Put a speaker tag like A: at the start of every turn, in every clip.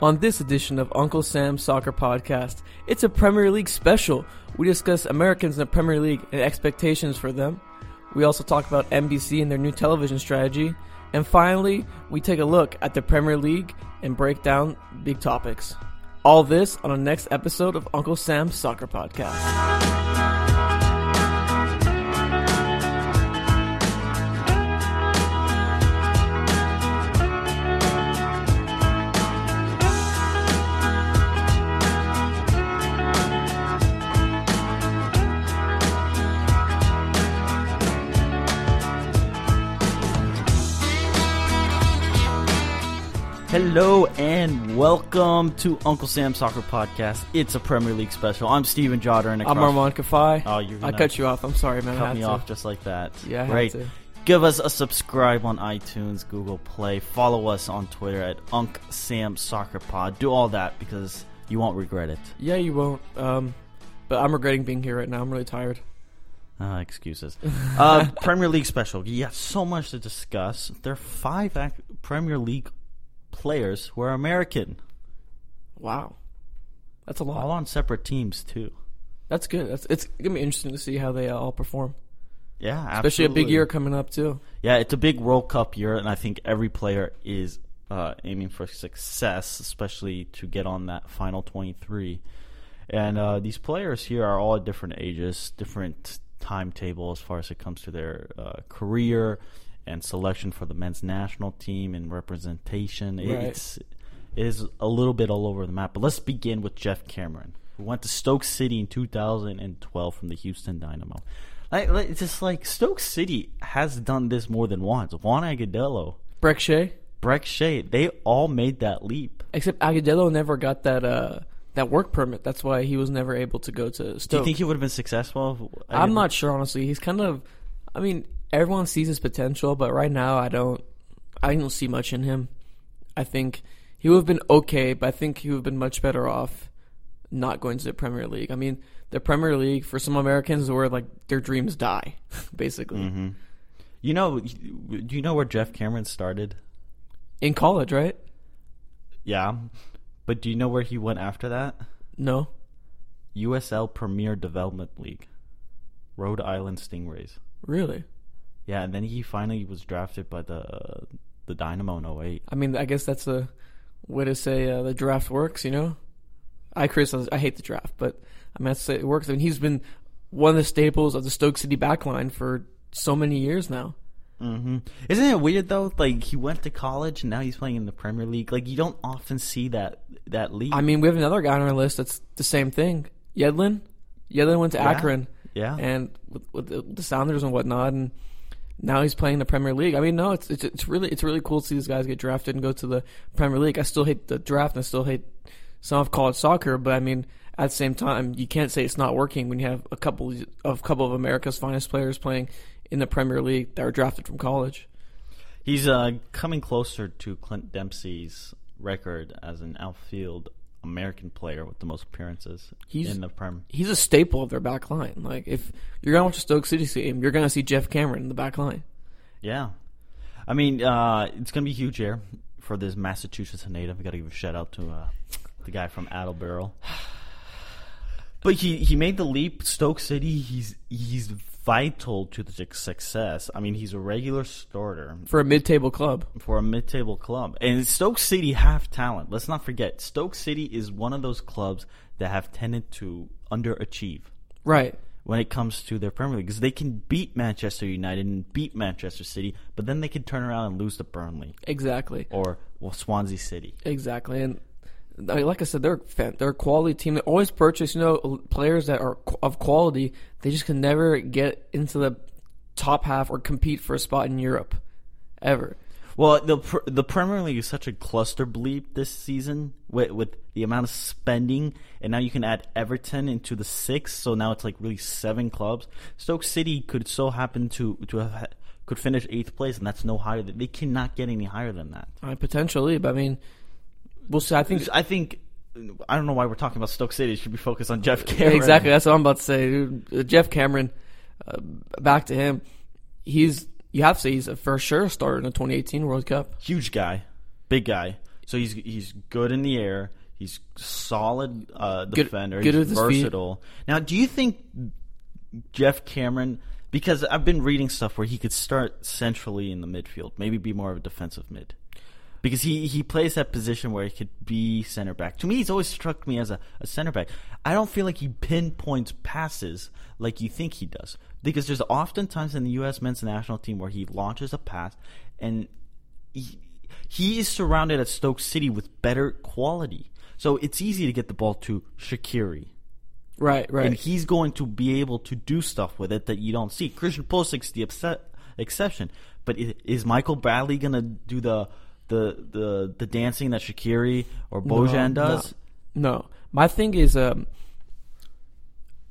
A: On this edition of Uncle Sam's Soccer Podcast, it's a Premier League special. We discuss Americans in the Premier League and expectations for them. We also talk about NBC and their new television strategy. And finally, we take a look at the Premier League and break down big topics. All this on the next episode of Uncle Sam's Soccer Podcast.
B: Hello and welcome to Uncle Sam Soccer Podcast. It's a Premier League special. I'm Steven Jodder and
A: I'm
B: across-
A: Armand Kafai.
B: Oh, you're
A: I
B: gonna
A: cut you off. I'm sorry, man. I
B: Cut
A: had
B: me
A: to.
B: off just like that.
A: Yeah, I had
B: right.
A: to.
B: Give us a subscribe on iTunes, Google Play. Follow us on Twitter at Unc Sam Soccer Pod. Do all that because you won't regret it.
A: Yeah, you won't. Um, but I'm regretting being here right now. I'm really tired.
B: Uh, excuses. uh, Premier League special. Yeah, so much to discuss. There are five ac- Premier League players who are American,
A: Wow, that's a lot.
B: all on separate teams too.
A: That's good. That's it's gonna be interesting to see how they uh, all perform,
B: Yeah,
A: especially a big
B: absolutely.
A: year coming up too.
B: Yeah, it's a big World Cup year, and I think every player is uh, aiming for success, especially to get on that final 23. And uh, these players here are all at different ages, different timetable as far as it comes to their uh, career and selection for the men's national team and representation. It,
A: Right.
B: It's it is a little bit all over the map. But let's begin with Jeff Cameron, who went to Stoke City in 2012 from the Houston Dynamo. Like, like, it's just like Stoke City has done this more than once. Juan Agudelo,
A: Breck Shea,
B: Breck Shea, they all made that leap.
A: except Agudelo never got that uh that work permit. That's why he was never able to go to Stoke.
B: Do you think he would have been successful? I
A: I'm
B: didn't-
A: not sure honestly. He's kind of, I mean, everyone sees his potential, but right now I don't, I don't see much in him. I think he would have been okay, but I think he would have been much better off not going to the Premier League. I mean, the Premier League for some Americans is where like their dreams die, basically.
B: Mm-hmm. You know, do you know where Jeff Cameron started?
A: In college, right?
B: Yeah, but do you know where he went after that?
A: No.
B: USL Premier Development League, Rhode Island Stingrays.
A: Really?
B: Yeah, and then he finally was drafted by the the Dynamo in 08.
A: I mean, I guess that's a way to say uh, the draft works, you know? I criticize, I hate the draft, but I mean, that's it works. I mean, he's been one of the staples of the Stoke City backline for so many years now.
B: Isn't it weird though? Like he went to college and now he's playing in the Premier League. Like you don't often see that that league.
A: I mean, we have another guy on our list that's the same thing Yedlin. Yedlin went to Akron.
B: yeah.
A: And with, with the- the Sounders and whatnot, and now he's playing the Premier League. I mean, no, it's, it's it's really it's really cool to see these guys get drafted and go to the Premier League. I still hate the draft, and I still hate some of college soccer, but I mean, at the same time, you can't say it's not working when you have a couple of couple of America's finest players playing in the Premier League that are drafted from college.
B: he's uh, coming closer to Clint Dempsey's record as an outfield American player with the most appearances
A: He's-
B: in the Prem.
A: He's a staple of their back line. Like if you're gonna watch a Stoke City game, you're gonna see Jeff Cameron in the back line.
B: Yeah. I mean, uh, it's going to be huge here for this Massachusetts native. we got to give a shout out to uh, the guy from Attleboro. But he, he made the leap. Stoke City, he's he's vital to the success. I mean, he's a regular starter
A: for a mid-table club.
B: for a mid-table club. And Stoke City have talent. Let's not forget, Stoke City is one of those clubs that have tended to underachieve
A: Right.
B: when it comes to their Premier League because they can beat Manchester United and beat Manchester City, but then they can turn around and lose to Burnley
A: Exactly.
B: or well, Swansea City.
A: Exactly. And I mean, like I said, they're a fan, they're a quality team. They always purchase, you know, players that are qu- of quality. They just can never get into the top half or compete for a spot in Europe, ever.
B: Well, the pr- the Premier League is such a cluster bleep this season with with the amount of spending, and now you can add Everton into the six, so now it's like really seven clubs. Stoke City could so happen to to have, ha- could finish eighth place, and that's no higher. Than, they cannot get any higher than that.
A: I mean, potentially, but I mean, we'll see. I think
B: I think I don't know why we're talking about Stoke City. It should be focused on Jeff Carey.
A: Yeah, exactly. That's what I'm about to say. dude. Uh, Jeff Cameron, uh, back to him. He's you have to say he's a for sure starter in the 2018 World Cup.
B: huge guy, big guy. So he's he's good in the air. He's solid uh, defender.
A: good
B: he's
A: with his feet.
B: versatile. Now, do you think Jeff Cameron? Because I've been reading stuff where he could start centrally in the midfield, maybe be more of a defensive mid. Because he, he plays that position where he could be center back. To me, he's always struck me as a, a center back. I don't feel like he pinpoints passes like you think he does. Because there's oftentimes in the U.S. men's national team where he launches a pass and he, he is surrounded at Stoke City with better quality. So it's easy to get the ball to Shakiri.
A: Right, right.
B: And he's going to be able to do stuff with it that you don't see. Christian Pulisic's the upset, exception. But i- is Michael Bradley going to do the, the the the dancing that Shakiri or Bojan does?
A: Um, no, my thing is, um,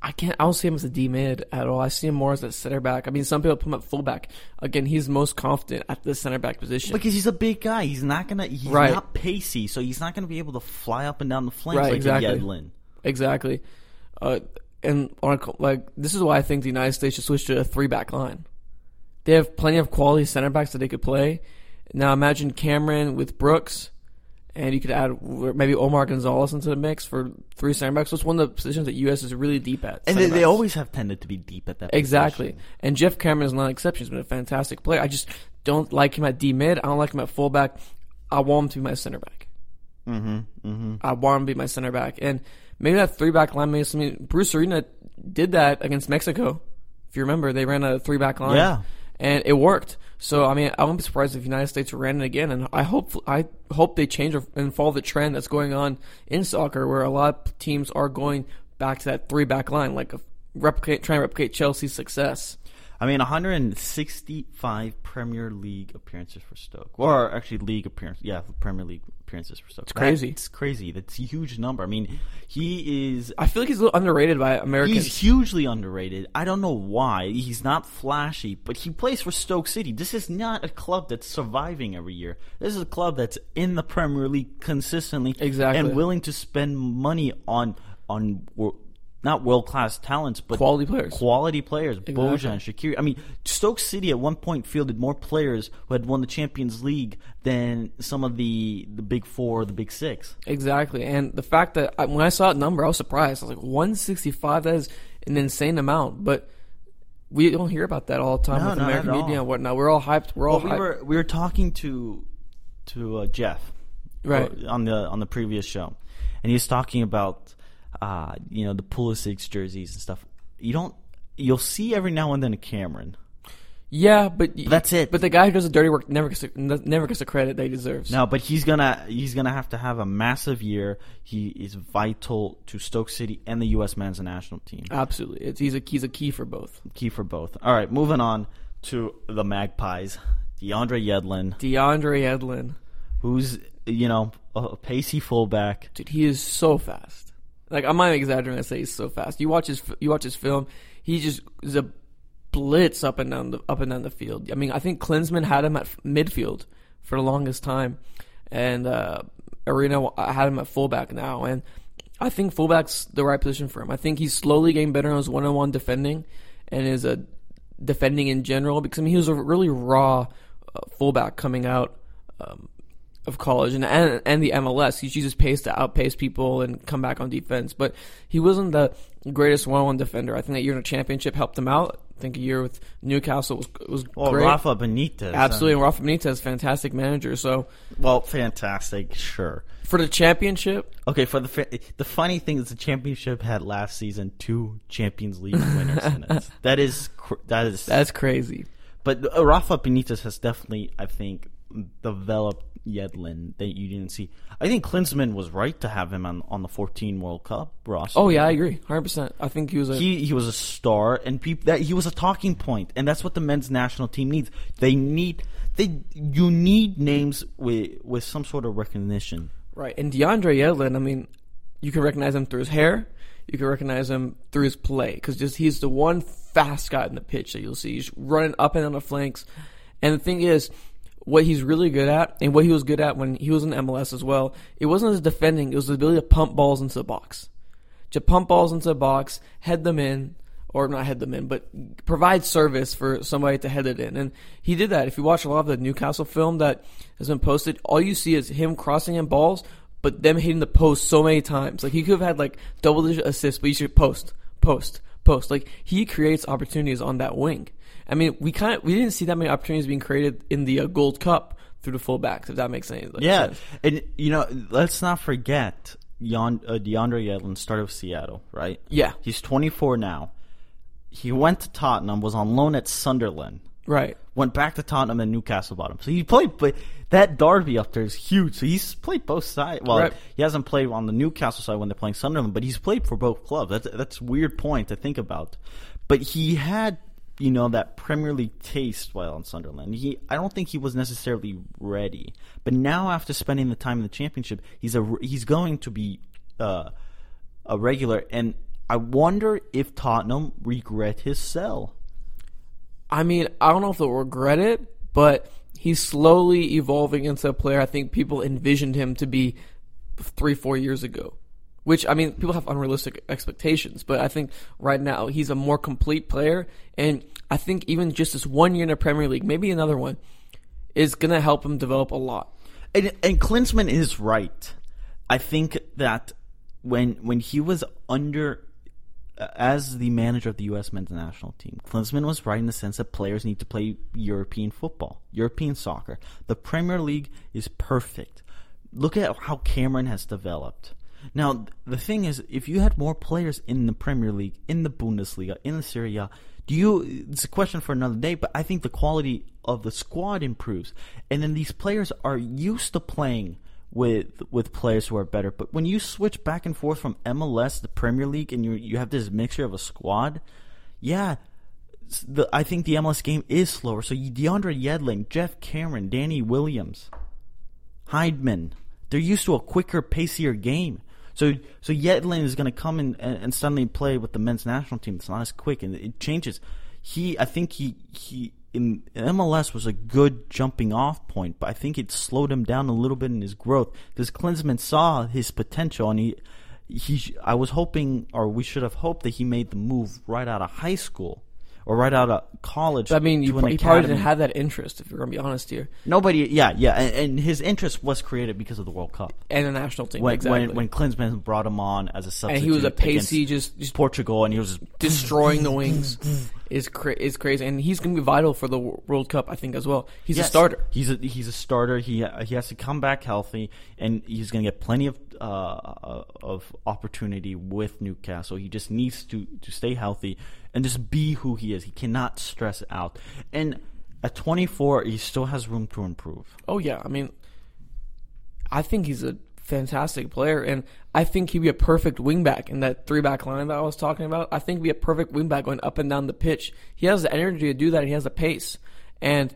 A: I can't. I don't see him as a D mid at all. I see him more as a center back. I mean, some people put him at fullback. Again, he's most confident at the center back position.
B: Because he's a big guy. He's not going to he's
A: Right.
B: not pacey, so he's not going to be able to fly up and down the flanks
A: Right,
B: like
A: exactly.
B: a Yedlin.
A: exactly. Uh, and on a co- like this is why I think the United States should switch to a three back line. They have plenty of quality center backs that they could play. Now imagine Cameron with Brooks, and you could add w- maybe Omar Gonzalez into the mix for three center backs. So it's one of the positions that U.S. is really deep at.
B: And
A: center
B: they, they
A: backs.
B: always have tended to be deep at that
A: Exactly.
B: position.
A: And Jeff Cameron is not an exception. He's been a fantastic player. I just don't like him at D mid. I don't like him at fullback. I want him to be my center back. Mm-hmm. I want him to be my center back. And maybe that three back line makes me. Bruce Arena did that against Mexico. If you remember, they ran a three back line.
B: Yeah.
A: And it worked. So I mean, I wouldn't be surprised if the United States ran it again. And I hope I hope they change and follow the trend that's going on in soccer, where a lot of teams are going back to that three back line, like a replicate trying to replicate Chelsea's success.
B: I mean, 165 Premier League appearances for Stoke, or actually league appearance. Yeah, Premier League appearances for Stoke. It's
A: crazy.
B: It's crazy. That's a huge number. I mean, he is
A: I feel like he's a little underrated by Americans.
B: he's hugely underrated. I don't know why. He's not flashy, but he plays for Stoke City. This is not a club that's surviving every year. This is a club that's in the Premier League consistently,
A: Exactly.
B: and willing to spend money on on. wor- Not world class talents, but
A: Quality players.
B: quality players, Bojan, Shakiri. I mean, Stoke City at one point fielded more players who had won the Champions League than some of the the big four, the big six.
A: exactly. And the fact that I, when I saw that number, I was surprised. I was like, 165. That is an insane amount, but we don't hear about that all the time
B: No,
A: with
B: not
A: American
B: at
A: media
B: all.
A: and whatnot. We're all hyped. We're all
B: Well, we
A: hyped.
B: were we were talking to to uh, Jeff
A: Right.
B: uh, on the on the previous show, and he was talking about uh, you know the Pulisic jerseys and stuff. You don't you'll see every now and then a Cameron.
A: yeah, but
B: that's it.
A: But the guy who does the dirty work never gets the, never gets the credit that he deserves.
B: No, but he's gonna he's gonna have to have a massive year. He is vital to Stoke City and the U.S. men's national team.
A: Absolutely, it's, he's a he's a key for both.
B: Key for both. All right, moving on to the Magpies. DeAndre Yedlin,
A: DeAndre Edlin,
B: who's you know a a pacey fullback.
A: dude, he is so fast. Like I'm not even exaggerating. when I say he's so fast. You watch his you watch his film. He just is a blitz up and down the up and down the field. I mean, I think Klinsman had him at f- midfield for the longest time, and uh, Arena had him at fullback now. And I think fullback's the right position for him. I think he's slowly getting better on his one on one defending, and is a defending in general because I mean he was a really raw uh, fullback coming out um, of college and, and and the MLS. He used his pace to outpace people and come back on defense, but he wasn't the greatest one-on-one defender. I think that year in a championship helped him out. I think a year with Newcastle was was
B: Well,
A: great.
B: Rafa Benitez.
A: Absolutely,
B: I
A: and
B: mean,
A: Rafa Benitez, fantastic manager. So
B: well, fantastic. Sure.
A: for the championship,
B: Okay, for the fa- the funny thing is the championship had last season two Champions League winners in it. That is cr- that is
A: that's crazy.
B: But uh, Rafa Benitez has definitely, I think, developed Yedlin that you didn't see. I think Klinsman was right to have him on, on the 14 World Cup roster.
A: Oh yeah, I agree, hundred percent. I think he was a
B: He, he was a star, and peop- that he was a talking point, and that's what the men's national team needs. They need they you need names with with some sort of recognition.
A: Right. And DeAndre Yedlin, I mean, you can recognize him through his hair. You can recognize him through his play because just he's the one fast guy in the pitch that you'll see. He's running up and down the flanks. And the thing is, what he's really good at and what he was good at when he was in MLS as well, it wasn't his defending. It was the ability to pump balls into the box. To pump balls into the box, head them in, or not head them in, but provide service for somebody to head it in. And he did that. If you watch a lot of the Newcastle film that has been posted, all you see is him crossing in balls, but them hitting the post so many times. Like he could have had like double digit assists, but you should post, post, post. Like he creates opportunities on that wing. I mean, we kind of we didn't see that many opportunities being created in the uh, Gold Cup through the fullbacks. If that makes any like,
B: Yeah,
A: sense.
B: and you know, let's not forget Yon, uh, DeAndre Yedlin started with Seattle, right?
A: Yeah.
B: he's 24 now. He went to Tottenham, was on loan at Sunderland,
A: Right.
B: went back to Tottenham and Newcastle bottom. So he played, but that derby up there is huge. So he's played both sides. Well,
A: Right.
B: he hasn't played on the Newcastle side when they're playing Sunderland, but he's played for both clubs. That's that's a weird point to think about. But he had. You know that Premier League taste while on Sunderland. He, I don't think he was necessarily ready, but now after spending the time in the Championship, he's a he's going to be uh, a regular. And I wonder if Tottenham regret his sell.
A: I mean, I don't know if they'll regret it, but he's slowly evolving into a player I think people envisioned him to be three, four years ago. Which I mean, people have unrealistic expectations, but I think right now he's a more complete player, and I think even just this one year in the Premier League, maybe another one, is gonna help him develop a lot.
B: And and Klinsman is right. I think that when when he was under as the manager of the U.S. men's national team, Klinsman was right in the sense that players need to play European football, European soccer. The Premier League is perfect. Look at how Cameron has developed. Now, the thing is, if you had more players in the Premier League, in the Bundesliga, in the Serie A, do you? It's a question for another day, but I think the quality of the squad improves, and then these players are used to playing with with players who are better. But when you switch back and forth from MLS to Premier League, and you you have this mixture of a squad, yeah, s- the, I think the MLS game is slower. So you, DeAndre Yedlin, Jeff Cameron, Danny Williams, Heidman, they're used to a quicker, pacier game. So so Yedlin is going to come in and, and suddenly play with the men's national team. It's not as quick, and it changes. He, I think he he. In MLS was a good jumping off point, but I think it slowed him down a little bit in his growth because Klinsman saw his potential, and he he. sh- I was hoping, or we should have hoped, that he made the move right out of high school or right out of college.
A: I mean,
B: to
A: you,
B: an
A: pr- you probably didn't
B: academy.
A: have that interest, if you're gonna be honest here,
B: Nobody, yeah, yeah, and, and his interest was created because of the World Cup.
A: and the national team.
B: When
A: exactly.
B: when when Klinsmann brought him on as a substitute,
A: and he was a
B: against
A: pacey, just, just
B: Portugal, and he was just,
A: destroying the wings is cra- is crazy, and he's going to be vital for the Wo- World Cup, I think, as well. He's
B: Yes,
A: a starter.
B: He's a he's a starter. He uh, he has to come back healthy, and he's going to get plenty of uh, of opportunity with Newcastle. He just needs to to stay healthy and just be who he is. He cannot stress out, and at 24, he still has room to improve.
A: Oh yeah, I mean, I think he's a fantastic player, and I think he'd be a perfect wingback in that three back line that I was talking about. I think he'd be a perfect wingback going up and down the pitch. He has the energy to do that, and he has the pace, and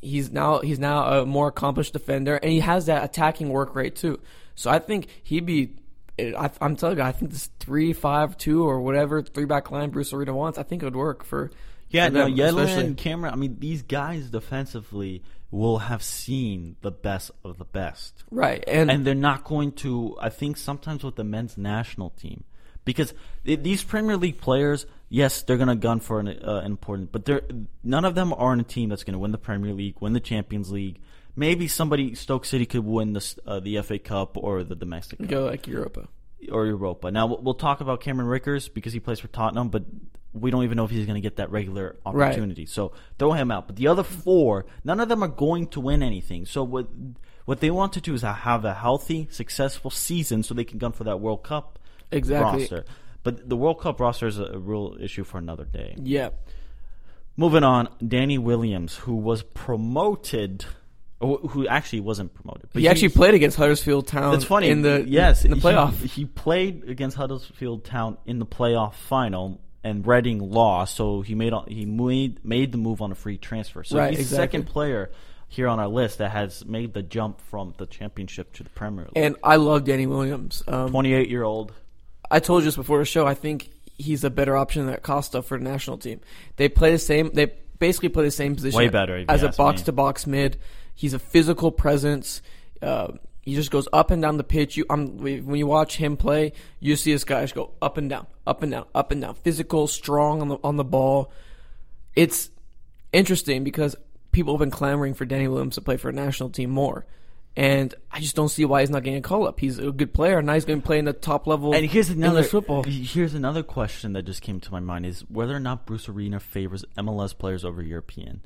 A: he's now he's now a more accomplished defender, and he has that attacking work rate too. So I think he'd be. I, I'm telling you, I think this three five two or whatever three back line Bruce Arena wants, I think it would work for.
B: Yeah,
A: for
B: no,
A: them,
B: Yedlin
A: especially.
B: and Cameron. I mean, these guys defensively will have seen the best of the best,
A: right,
B: and they're not going to. I think sometimes with the men's national team, because th- these Premier League players, yes, they're going to gun for an uh, important, but they're none of them are on a team that's going to win the Premier League, win the Champions League. Maybe somebody Stoke City could win the uh, the FA Cup or the domestic Cup
A: Go like Europa.
B: or Europa. Now we'll, we'll talk about Cameron Rickers because he plays for Tottenham, but we don't even know if he's going to get that regular
A: Right.
B: opportunity. So throw him out. But the other four, none of them are going to win anything. So what what they want to do is have a healthy, successful season so they can gun for that World Cup
A: Exactly.
B: roster. But the World Cup roster is a, a real issue for another day.
A: Yeah.
B: Moving on, Danny Williams, who was promoted, or who actually wasn't promoted, but
A: He actually played against Huddersfield Town.
B: it's funny
A: in the
B: yes
A: in the
B: he-
A: playoff.
B: He, played against Huddersfield Town in the playoff final, and Reading lost, so he made he made made the move on a free transfer. So
A: Right,
B: he's the
A: exactly.
B: second player here on our list that has made the jump from the Championship to the Premier League.
A: and I love Danny Williams. Um,
B: Twenty eight year old.
A: I told you this before the show. I think he's a better option than Costa for the national team. They play the same. They basically play the same position
B: Way better, if
A: as
B: you
A: a
B: ask me.
A: box to box mid. He's a physical presence. Uh, he just goes up and down the pitch. You, um, when you watch him play, you see this guy just go up and down, up and down, up and down. Physical, strong on the on the ball. It's interesting because people have been clamoring for Danny Williams to play for a national team more. And I just don't see why he's not getting a call up. He's a good player, and now he's going to play in the top level.
B: And here's another
A: English football.
B: Here's another question that just came to my mind: is whether or not Bruce Arena favors MLS players over European.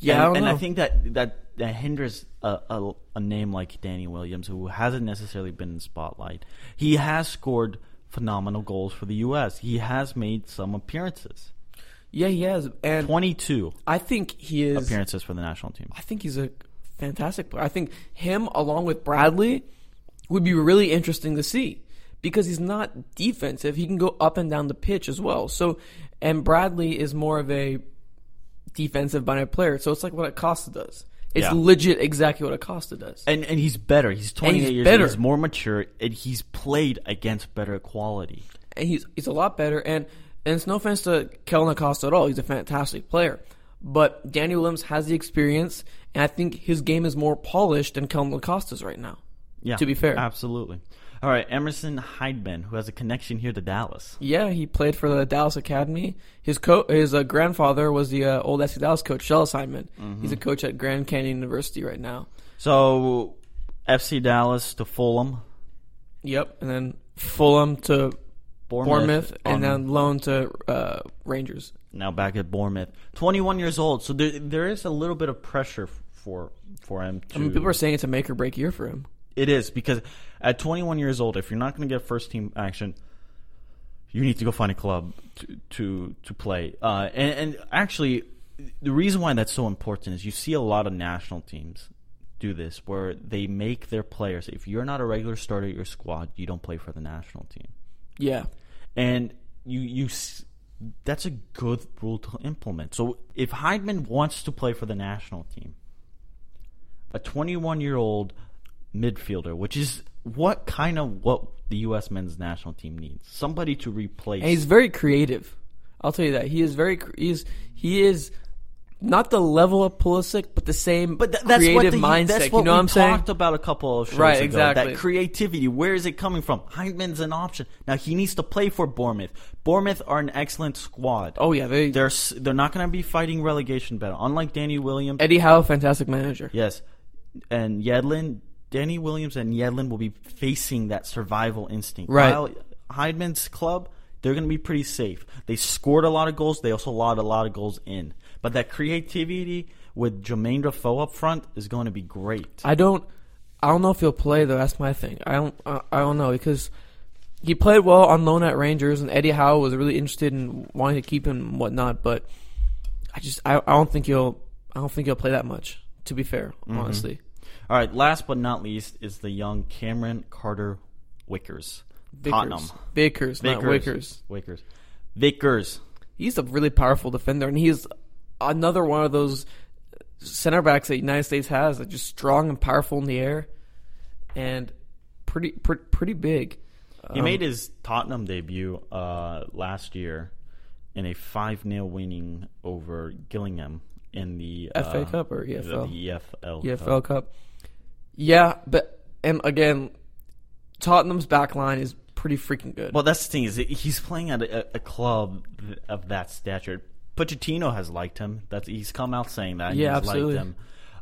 A: Yeah,
B: and,
A: I don't
B: and
A: know.
B: I think that that, that hinders a, a, a name like Danny Williams, who hasn't necessarily been in the spotlight. He has scored phenomenal goals for the U.S. He has made some appearances,
A: yeah, he has, and
B: twenty-two
A: I think he is.
B: appearances for the national team.
A: I think he's a fantastic player. I think him along with Bradley would be really interesting to see because he's not defensive. He can go up and down the pitch as well. So, and Bradley is more of a defensive minded player. So it's like what Acosta does. It's
B: Yeah.
A: legit exactly what Acosta does.
B: And and he's better. He's twenty-eight
A: he's
B: years
A: better.
B: old. He's more mature, and he's played against better quality.
A: and he's he's a lot better. And and it's no offense to Kellen Acosta at all. He's a fantastic player, but Danny Williams has the experience, and I think his game is more polished than Kellen Acosta's right now.
B: Yeah,
A: To be fair.
B: absolutely. All right, Emerson Hydeman, who has a connection here to Dallas.
A: Yeah, he played for the Dallas Academy. His co- his uh, grandfather was the uh, old SC Dallas coach, Shell Simon.
B: Mm-hmm.
A: He's a coach at Grand Canyon University right now.
B: So, FC Dallas to Fulham,
A: Yep, and then Fulham to
B: Bournemouth,
A: Bournemouth,
B: on-
A: and then loan to uh, Rangers.
B: now back at Bournemouth. 21 years old, so there there is a little bit of pressure f- for for him. To,
A: I mean, people are saying it's a make or break year for him.
B: it is because at 21 years old, if you're not going to get first team action, you need to go find a club to to, to play. Uh, and, and actually, the reason why that's so important is you see a lot of national teams do this where they make their players. If you're not a regular starter at your squad, you don't play for the national team.
A: Yeah,
B: and you you s- that's a good rule to implement. So if Heidman wants to play for the national team, a 21 year old midfielder, which is what kind of what the U.S. men's national team needs, somebody to replace.
A: And he's very creative. I'll tell you that he is very cre- he is he is not the level of Pulisic, but the same
B: but tha- that's
A: creative
B: what the,
A: mindset.
B: That's what
A: you know
B: we
A: what I'm saying?
B: talked about a couple of shows
A: Right,
B: ago.
A: exactly.
B: That creativity, where is it coming from? Heidman's an option. Now he needs to play for Bournemouth. Bournemouth are an excellent squad.
A: Oh yeah, they
B: They're s- they're not going to be fighting relegation battle. Unlike Danny Williams,
A: Eddie Howe, fantastic manager.
B: Yes. And Yedlin, Danny Williams and Yedlin will be facing that survival instinct.
A: Right.
B: While Heidman's club, they're going to be pretty safe. They scored a lot of goals. They also allowed a lot of goals in. But that creativity with Jermaine Defoe up front is going to be great.
A: I don't I don't know if he'll play though. That's my thing. I don't I, I don't know because he played well on loan at Rangers, and Eddie Howe was really interested in wanting to keep him and whatnot. But I just I, I don't think he'll I don't think he'll play that much. To be fair,
B: Mm-hmm.
A: honestly.
B: All right. Last but not least is the young Cameron Carter Wickers.
A: Vickers.
B: Tottenham.
A: Vickers, not Wickers.
B: Wickers. Vickers.
A: he's a really powerful defender, and he's another one of those center backs that the United States has that just strong and powerful in the air, and pretty pretty, pretty big.
B: He made
A: Um,
B: his Tottenham debut uh, last year in a 5 0 winning over Gillingham in the
A: FA
B: uh,
A: Cup E or E
B: the
A: EFL?
B: EFL
A: EFL
B: Cup.
A: Cup. Yeah, but and again, Tottenham's back line is pretty freaking good.
B: Well, that's the thing is that he's playing at a, a club of that stature. Pochettino has liked him. That's he's come out saying that.
A: Yeah,
B: he's
A: absolutely.
B: Liked him.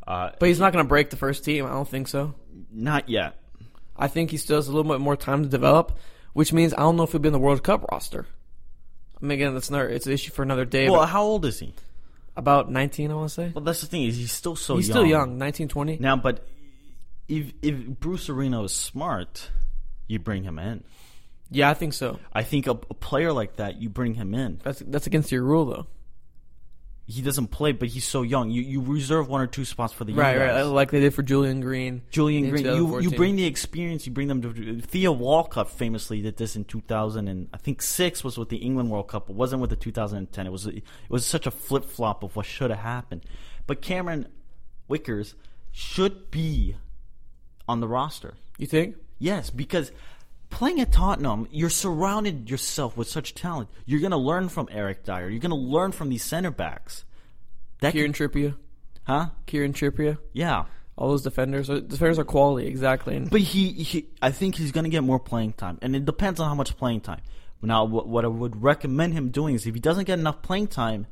B: Uh,
A: but he's not going to break the first team. I don't think so.
B: not yet.
A: I think he still has a little bit more time to develop, which means I don't know if he'll be in the World Cup roster. I mean, again, that's another it's an issue for another day.
B: Well,
A: but
B: how old is he?
A: about 19, I want to say.
B: Well, that's the thing is he's still so
A: He's
B: young.
A: still young, 19, 20.
B: now. But if if Bruce Arena is smart, you bring him in.
A: yeah, I think so.
B: I think a, a player like that, you bring him in.
A: That's that's against your rule though.
B: He doesn't play, but he's so young. You you reserve one or two spots for the young
A: Right, right.
B: guys.
A: Like they did for Julian Green.
B: Julian
A: in
B: Green. You, you
A: 2014.
B: bring the experience. You bring them to Theo Walcott famously did this in 2000 and I think six was with the England World Cup. It wasn't with the 2010. It was it was such a flip flop of what should have happened. But Cameron Wickers should be on the roster.
A: You think?
B: Yes, because playing at Tottenham, you're surrounded yourself with such talent. You're going to learn from Eric Dyer. You're going to learn from these center backs. That
A: Kieran
B: could,
A: Trippier,
B: huh?
A: Kieran Trippier,
B: Yeah.
A: all those defenders. Uh, Defenders are quality, exactly. And
B: But he, he I think he's going to get more playing time, and it depends on how much playing time. Now, what, what I would recommend him doing is if he doesn't get enough playing time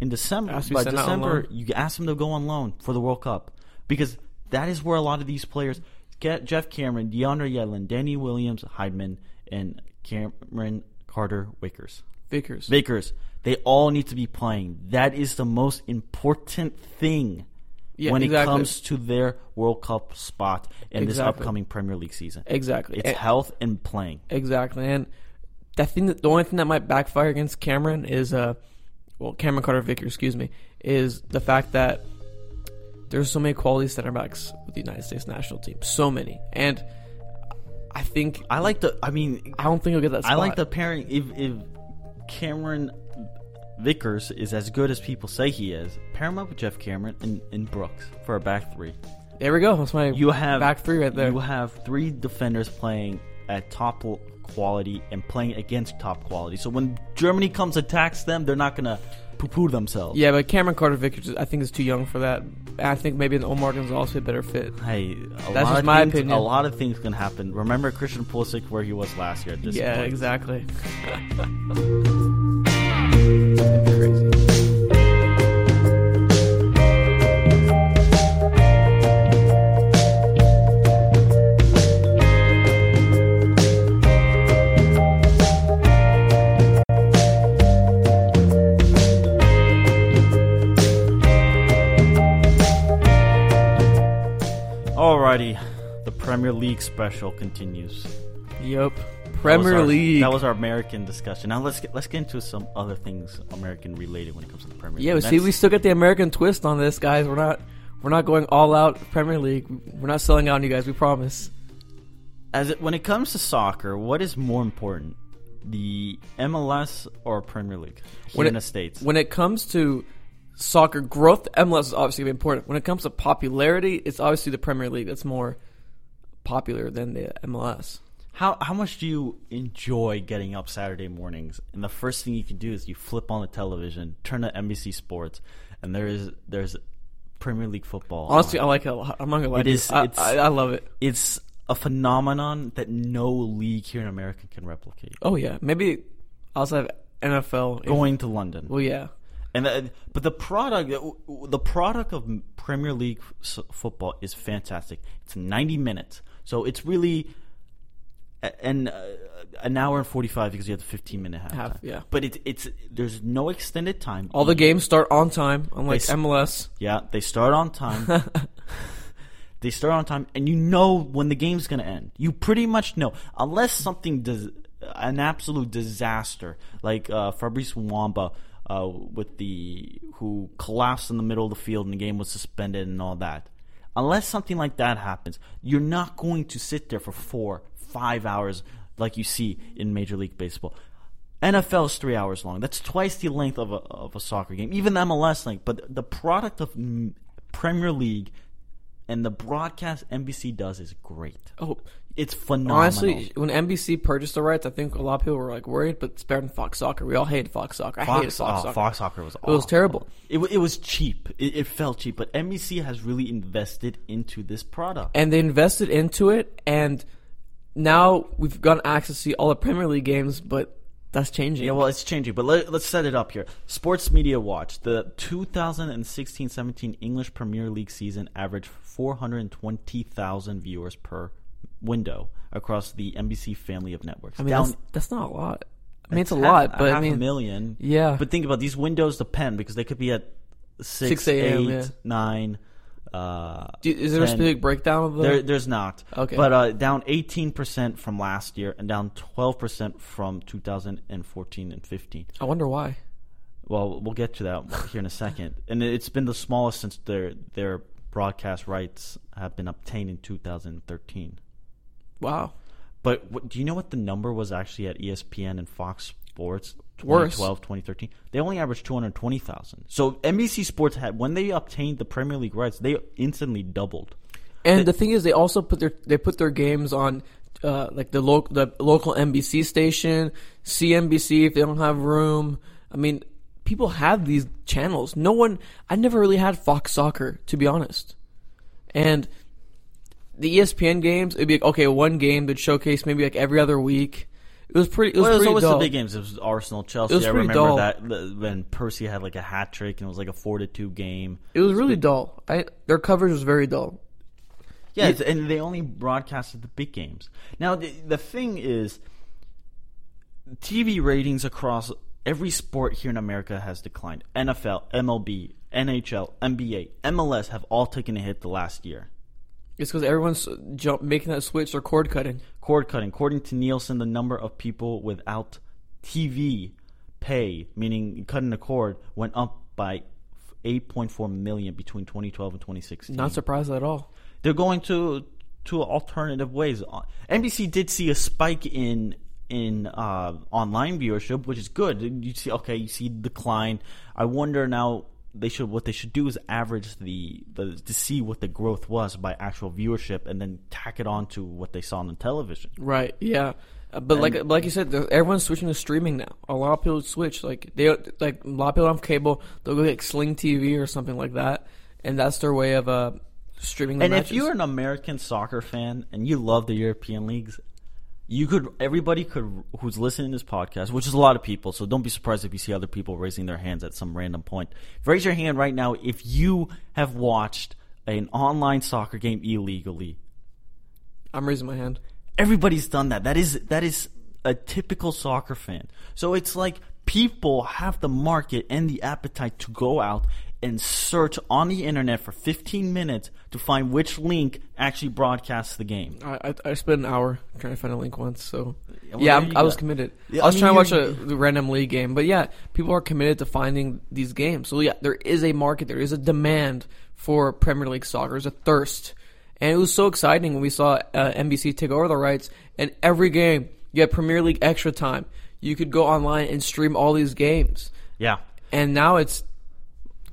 B: in December,
A: Ask to be
B: by
A: sent out on
B: December
A: loan.
B: you ask him to go on loan for the World Cup because that is where a lot of these players get Jeff Cameron, DeAndre Yedlin, Danny Williams, Heidman, and Cameron Carter Wickers.
A: Vickers.
B: Vickers, they all need to be playing. That is the most important thing
A: Yeah,
B: when it
A: exactly.
B: comes to their World Cup spot in this
A: Exactly.
B: upcoming Premier League season.
A: Exactly.
B: It's
A: And-
B: health and playing.
A: Exactly. And that thing, that, the only thing that might backfire against Cameron is, uh, well, Cameron Carter Vickers, excuse me, is the fact that there's so many quality center backs with the United States national team. So many. And I think,
B: I like the I mean
A: I don't think he'll get that spot.
B: I like the pairing if if Cameron Vickers is as good as people say he is, pair him up with Jeff Cameron and, and Brooks for a back three.
A: There we go. That's my
B: You have
A: back three right there.
B: You have three defenders playing at top l- quality and playing against top quality. So when Germany comes attacks them, they're not gonna poo poo themselves.
A: yeah, but Cameron Carter Vickers, I think, is too young for that. And I think maybe an Omar Gonzalez would be a better fit.
B: Hey, a lot
A: That's just
B: of
A: my
B: things,
A: opinion.
B: A lot of things can happen. Remember Christian Pulisic where he was last year. At this
A: Yeah,
B: point.
A: exactly.
B: Alrighty, the Premier League special continues.
A: Yup.
B: That was
A: Premier
B: our-
A: League.
B: That was our American discussion. Now let's get let's get into some other things American related when it comes to the Premier League.
A: Yeah, but see,
B: That's-
A: we still get the American twist on this, guys. We're not, we're not going all out Premier League. We're not selling out on you guys. We promise.
B: as it, when it comes to soccer, what is more important, the MLS or Premier League here
A: When
B: in
A: it-
B: the states?
A: When it comes to soccer growth, MLS is obviously gonna be important. When it comes to popularity, it's obviously the Premier League that's more popular than the MLS.
B: How how much do you enjoy getting up Saturday mornings? And the first thing you can do is you flip on the television, turn to NBC Sports, and there is there's Premier League football. on.
A: Honestly, I like it a lot. I'm not gonna lie.
B: It
A: to you.
B: is-
A: I,
B: it's-
A: I, I love it.
B: it's a phenomenon that no league here in America can replicate.
A: Oh yeah, maybe I also have NFL.
B: Going to London.
A: well, yeah.
B: And the, but the product, uh, the product of Premier League s- football is fantastic. It's ninety minutes, so it's really a- an uh, an hour and forty five because you have the fifteen minute half.
A: Half, yeah.
B: But it's it's there's no extended time.
A: All the games start on time, unlike
B: They s-
A: MLS.
B: yeah, they start on time. they start on time, and you know when the game's going to end. You pretty much know, unless something does an absolute disaster, like uh, Fabrice Wamba uh, with the who collapsed in the middle of the field and the game was suspended and all that. Unless something like that happens, you're not going to sit there for four, five hours like you see in Major League Baseball. NFL is three hours long. That's twice the length of a, of a soccer game, even MLS length. But the product of mm, Premier League and the broadcast NBC does is great.
A: Oh,
B: It's phenomenal.
A: Honestly, when NBC purchased the rights, I think a lot of people were like worried, but it's better than Fox Soccer. We all hated Fox Soccer. I hated
B: Fox,
A: Fox
B: oh,
A: Soccer.
B: Fox Soccer was
A: it was terrible.
B: It, wa- it was cheap. It, it felt cheap, but NBC has really invested into this product.
A: And they invested into it, and now we've got access to see all the Premier League games, but that's changing.
B: Yeah, well, it's changing, but let, us set it up here. Sports Media Watch, the 2016-17 English Premier League season averaged 420,000 viewers per window across the NBC family of networks.
A: I mean,
B: Down
A: that's, that's not a lot. I mean, it's, a
B: half-
A: lot, but
B: half
A: I mean,
B: a million.
A: yeah.
B: But think about these windows depend because they could be at 6,
A: 6 a.m.,
B: 8,
A: yeah.
B: 9, uh,
A: Do- is there a
B: 10.
A: specific breakdown of the?
B: There, there's not.
A: Okay.
B: But uh, down 18% from last year and down 12% from 2014 and 15.
A: I wonder why.
B: Well, we'll get to that here in a second. And it's been the smallest since their their broadcast rights have been obtained in 2013.
A: Wow.
B: But what, do you know what the number was actually at E ESPN and Fox Sports
A: Worse.
B: 2012, 2013? They only averaged 220,000. So NBC Sports had when they obtained the Premier League rights, they instantly doubled.
A: And the thing is, they also put their they put their games on uh, like the local the local NBC station, CNBC if they don't have room. I mean, people have these channels. No one, I never really had Fox Soccer to be honest, and the E ESPN games it'd be like, okay, one game that showcase maybe like every other week. It was pretty. It was,
B: Well, it was
A: pretty
B: always
A: dull.
B: the big games. It was Arsenal, Chelsea.
A: It was
B: I
A: pretty
B: remember
A: dull.
B: that the- when Percy had like a hat trick and it was like a four to two game.
A: It was really dull. I their coverage was very dull.
B: Yeah, it's- and they only broadcasted the big games. Now the, the thing is, TV ratings across every sport here in America has declined. NFL, MLB, NHL, NBA, MLS have all taken a hit the last year.
A: It's because everyone's jump, making that switch or cord cutting.
B: Cord cutting, according to Nielsen, the number of people without TV pay, meaning cutting the cord, went up by 8.4 million between 2012 and 2016.
A: Not surprised at all.
B: they're going to to alternative ways. NBC did see a spike in in uh, online viewership, which is good. You see, okay, you see decline. I wonder now they should what they should do is average the, the to see what the growth was by actual viewership, and then tack it on to what they saw on the television.
A: Right. Yeah. Uh, But like but like you said, there- everyone's switching to streaming now. A lot of people switch. Like they like a lot of people don't have cable. They'll go get Sling TV or something like that, and that's their way of uh streaming. The
B: And
A: matches.
B: if you're an American soccer fan and you love the European leagues, you could everybody could who's listening to this podcast, which is a lot of people, so don't be surprised if you see other people raising their hands at some random point. Raise your hand right now if you have watched an online soccer game illegally.
A: I'm raising my hand.
B: Everybody's done that. That is that is a typical soccer fan. So it's like people have the market and the appetite to go out and search on the internet for 15 minutes to find which link actually broadcasts the game.
A: I I, I spent an hour trying to find a link once. So yeah,
B: well, there
A: I'm,
B: you
A: I was
B: go.
A: committed.
B: Yeah,
A: I was
B: I mean,
A: trying to
B: you're-
A: watch a the random league game, but yeah, people are committed to finding these games. So yeah, there is a market. There is a demand for Premier League soccer. There's a thirst, and it was so exciting when we saw uh, NBC take over the rights. And every game, you had Premier League extra time. You could go online and stream all these games,
B: Yeah.
A: and now it's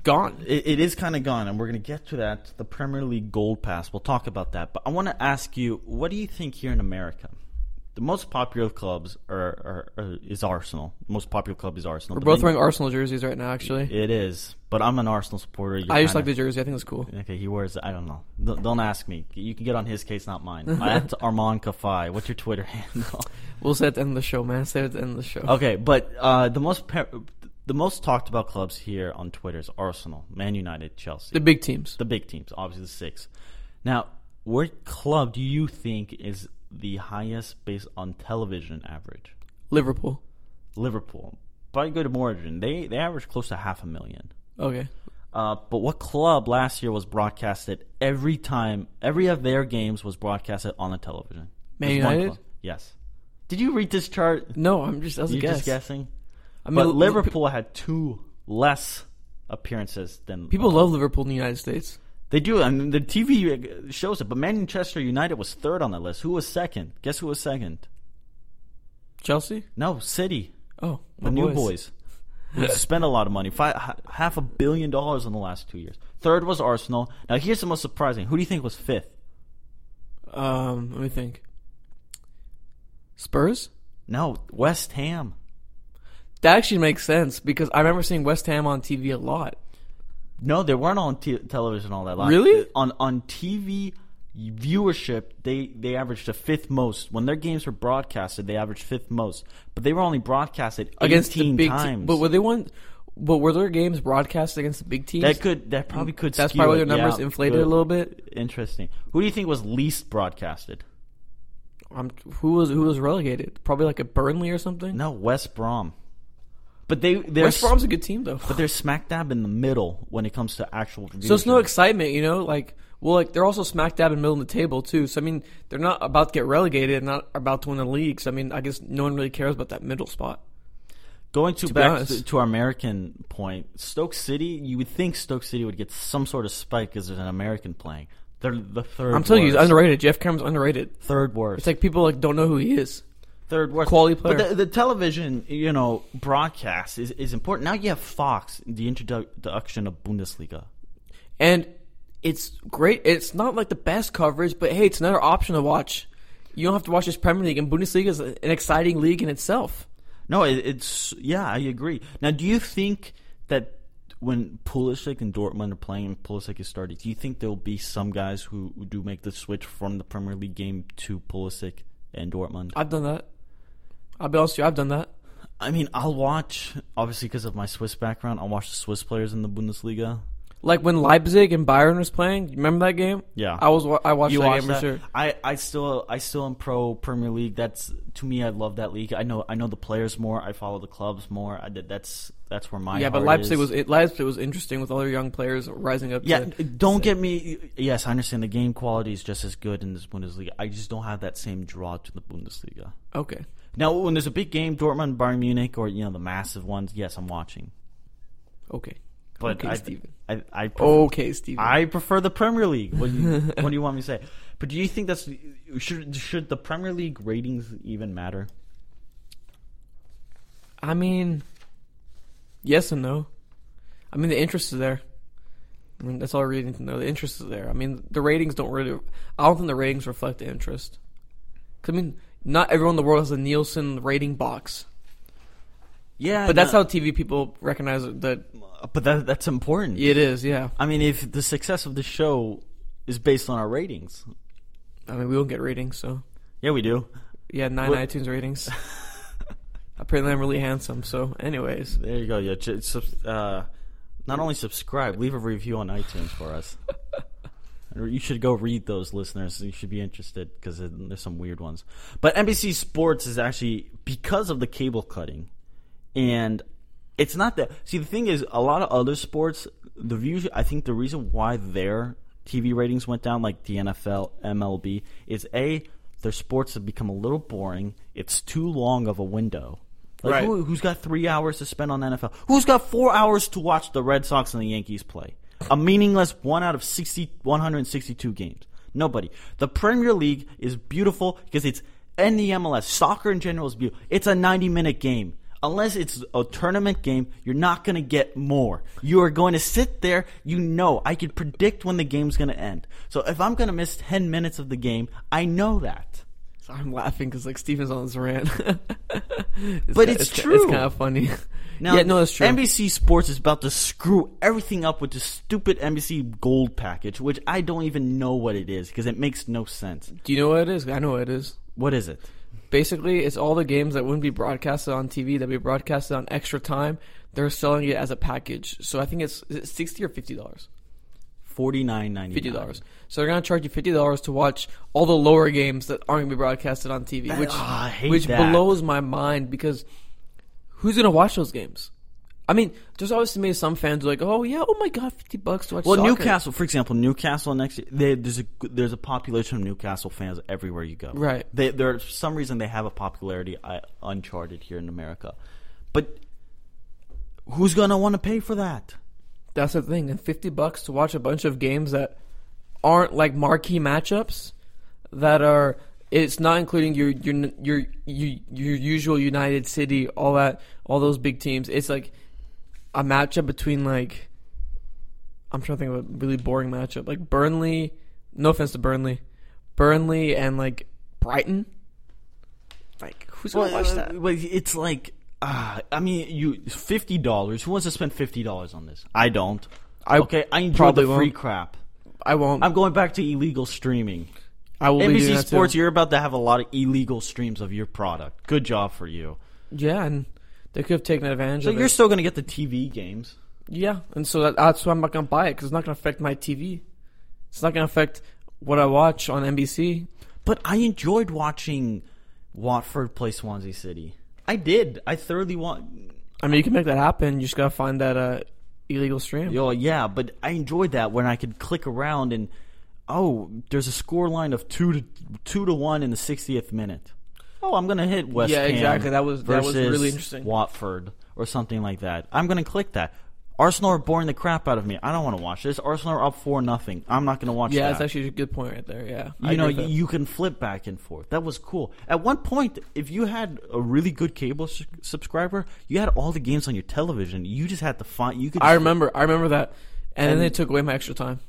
A: gone.
B: It, it is kind of gone, and we're going to get to that, the Premier League Gold Pass. We'll talk about that. But I want to ask you, what do you think here in America? The most popular clubs are, are, are is Arsenal. The most popular club is Arsenal.
A: We're both wearing Arsenal jerseys right now. Actually,
B: It is, but I'm an Arsenal supporter. You're
A: I just like
B: kinda-
A: the jersey. I think it's cool.
B: Okay, he wears. I don't know. Don't, don't ask me. You can get on his case, not mine. That's Armand Kafai. What's your Twitter handle?
A: We'll say it at the end of the show, man. Say it at the end of the show.
B: okay, but uh, the most par- the most talked about clubs here on Twitter is Arsenal, Man United, Chelsea,
A: The big teams.
B: the big teams, obviously the six. Now, what club do you think is the highest based on television average?
A: Liverpool.
B: Liverpool. By good margin, they they average close to half a million.
A: Okay.
B: Uh, but what club last year was broadcasted every time? Every of their games was broadcasted on the television.
A: Man
B: There's one
A: United?
B: club. Yes. Did you read this chart?
A: No, I'm just. I was
B: You're
A: guess.
B: just guessing.
A: I
B: but
A: li-
B: Liverpool had two less appearances than
A: People love Liverpool in the United States.
B: They do, and the TV shows it. But Manchester United was third on that list. Who was second? Guess who was second?
A: Chelsea.
B: No, City,
A: Oh, my
B: the new boys. Who spent a lot of money, five, half a billion dollars in the last two years. Third was Arsenal. Now here's the most surprising. Who do you think was fifth?
A: Um, let me think. Spurs.
B: No, West Ham.
A: That actually makes sense because I remember seeing West Ham on TV a lot.
B: No, they weren't on t- television all that long.
A: Really?
B: On on TV viewership they they averaged the fifth most when their games were broadcasted they averaged fifth most but they were only broadcasted
A: against
B: 18
A: the big
B: times
A: team. But were they one? But were their games broadcast against the big teams?
B: that could that probably could
A: That's
B: skew
A: probably why
B: it.
A: their numbers
B: Yeah,
A: inflated
B: good.
A: a little bit.
B: interesting who do you think was least broadcasted
A: I'm, Um, who was who was relegated? Probably like a Burnley or something.
B: no West Brom but they they're
A: West Brom's a good team though.
B: but they're smack dab in the middle when it comes to actual
A: So it's no
B: viewership.
A: excitement, you know. Like, well, like they're also smack dab in the middle of the table too. So I mean, they're not about to get relegated, and not about to win the league. So I mean, I guess no one really cares about that middle spot.
B: Going
A: To
B: to,
A: be
B: back
A: honest.
B: to, to our American point, Stoke City, you would think Stoke City would get some sort of spike because there's an American playing. They're the third.
A: I'm telling you, he's
B: worst.
A: underrated. Jeff Cameron's underrated.
B: Third worst.
A: It's like people like don't know who he is.
B: third worst
A: quality player.
B: But the, the television, you know, broadcast is, is important. Now you have Fox, the introduction of Bundesliga.
A: and it's great. It's not like the best coverage, but hey, it's another option to watch. You don't have to watch this Premier League, and Bundesliga is an exciting league in itself.
B: No, it, it's yeah, I agree. Now, do you think that when Pulisic and Dortmund are playing and Pulisic is starting, do you think there'll be some guys who, who do make the switch from the Premier League game to Pulisic and Dortmund?
A: I've done that. I'll be honest with you, I've done that.
B: I mean, I'll watch obviously because of my Swiss background. I'll watch the Swiss players in the Bundesliga.
A: Like when Leipzig and Bayern was playing. You remember that game?
B: Yeah.
A: I was. wa- I watched that
B: watch
A: game
B: that?
A: for sure.
B: I, I still I still am pro Premier League. That's to me, I love that league. I know I know the players more. I follow the clubs more. I did, that's that's where my
A: Yeah, but
B: heart
A: Leipzig
B: is.
A: was it, Leipzig was interesting with all their young players rising up.
B: Yeah,
A: to,
B: don't get me. Yes, I understand the game quality is just as good in this Bundesliga. I just don't have that same draw to the Bundesliga.
A: okay.
B: Now, when there's a big game, Dortmund, Bayern Munich, or you know the massive ones, yes, I'm watching.
A: Okay.
B: But
A: okay,
B: I,
A: Steven.
B: I, I prefer,
A: Okay, Steven.
B: I prefer the Premier League. What do you, what do you want me to say? But do you think that's should should the Premier League ratings even matter?
A: I mean, yes and no. I mean, the interest is there. I mean, that's all I really need to know. The interest is there. I mean, the ratings don't really. I don't think the ratings reflect the interest. 'Cause, I mean, not everyone in the world has a Nielsen rating box,
B: Yeah,
A: but that's how TV people recognize it, that
B: how. But that, that's important.
A: it is. Yeah.
B: I mean, if the success of the show is based on our ratings,
A: I mean, we don't get ratings, so
B: yeah, we do.
A: yeah, nine
B: What-
A: iTunes ratings. Apparently, I'm really handsome. So, anyways,
B: There you go. Yeah, ch- sub- uh, not only subscribe, leave a review on iTunes for us. Or you should go read those, listeners. You should be interested because there's some weird ones. But NBC Sports is actually because of the cable cutting, and it's not that. See, the thing is, a lot of other sports, the views. I think the reason why their TV ratings went down, like the NFL, MLB, is a their sports have become a little boring. It's too long of a window. Like,
A: Right.
B: who, who's got three hours to spend on NFL? Who's got four hours to watch the Red Sox and the Yankees play? A meaningless one out of 60, 162 games. Nobody. The Premier League is beautiful because it's and the MLS. Soccer in general is beautiful. It's a 90 minute game. Unless it's a tournament game, you're not going to get more. You are going to sit there. You know, I can predict when the game's going to end. So if I'm going to miss 10 minutes of the game, I know that.
A: so I'm laughing because like Steven's on this rant, It's
B: But
A: ki-
B: it's
A: ki-
B: true.
A: it's kind of funny.
B: Now,
A: yeah, no, that's true.
B: NBC Sports is about to screw everything up with this stupid NBC Gold package, which I don't even know what it is because it makes no sense.
A: Do you know what it is? I know what it is.
B: What is it?
A: Basically, it's all the games that wouldn't be broadcasted on TV that be broadcasted on extra time. They're selling it as a package. So I think it's is it sixty or fifty dollars.
B: Forty nine ninety
A: Fifty dollars. So they're gonna charge you fifty dollars to watch all the lower games that aren't gonna be broadcasted on TV, which
B: ah, I hate
A: which
B: that.
A: blows my mind because who's gonna watch those games? I mean, there's always to me some fans who are like, oh yeah, oh my god, fifty bucks to watch.
B: Well,
A: soccer."
B: Newcastle, for example, Newcastle next year, they, there's a there's a population of Newcastle fans everywhere you go.
A: Right.
B: They, there, for some reason, they have a popularity I, uncharted here in America, but who's gonna want to pay for that?
A: That's the thing. And fifty bucks to watch a bunch of games that aren't like marquee matchups that are. It's not including your your your your, your usual United City, all that, all those big teams. It's like a matchup between like. I'm trying to think of a really boring matchup, like Burnley. No offense to Burnley, Burnley and like Brighton. Like who's gonna watch that?
B: Well, uh, it's like, uh, I mean, you fifty dollars. Who wants to spend fifty dollars on this? I don't.
A: I
B: okay, I enjoy
A: probably
B: the free
A: won't.
B: crap.
A: I won't.
B: I'm going back to illegal streaming.
A: I will be doing
B: NBC
A: that
B: Sports,
A: Too.
B: you're about to have a lot of illegal streams of your product. Good job for you.
A: Yeah, and they could have taken advantage
B: So
A: of
B: you're
A: it.
B: still going to get the TV games.
A: Yeah, and so that, that's why I'm not gonna buy it because it's not gonna affect my TV. It's not gonna affect what I watch on NBC.
B: But I enjoyed watching Watford play Swansea City. I did. I thoroughly want.
A: I mean, you can make that happen. You just gotta find that uh, illegal stream.
B: Yo, yeah, but I enjoyed that when I could click around and oh, there's a score line of two to two to one in the 60th minute. Oh, I'm gonna hit West.
A: Yeah,
B: Ham
A: exactly. That was- that was
B: versus
A: really interesting.
B: Watford or something like that. I'm gonna click that. Arsenal are boring the crap out of me. I don't want to watch this. Arsenal are up four nothing. I'm not gonna watch
A: yeah,
B: that.
A: that's actually a good point right there. Yeah, I
B: you know,
A: agree with that.
B: you can flip back and forth. That was cool. At one point, if you had a really good cable s- subscriber, you had all the games on your television. You just had to find. You could.
A: I
B: just-
A: remember. I remember that, and, then they took away my extra time.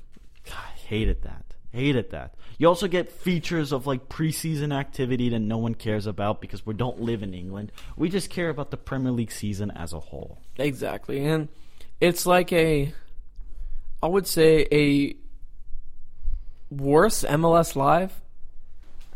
B: I hated that. Hated that. You also get features of like preseason activity that no one cares about because we don't live in England. We just care about the Premier League season as a whole.
A: Exactly, and it's like a, I would say a worse MLS Live.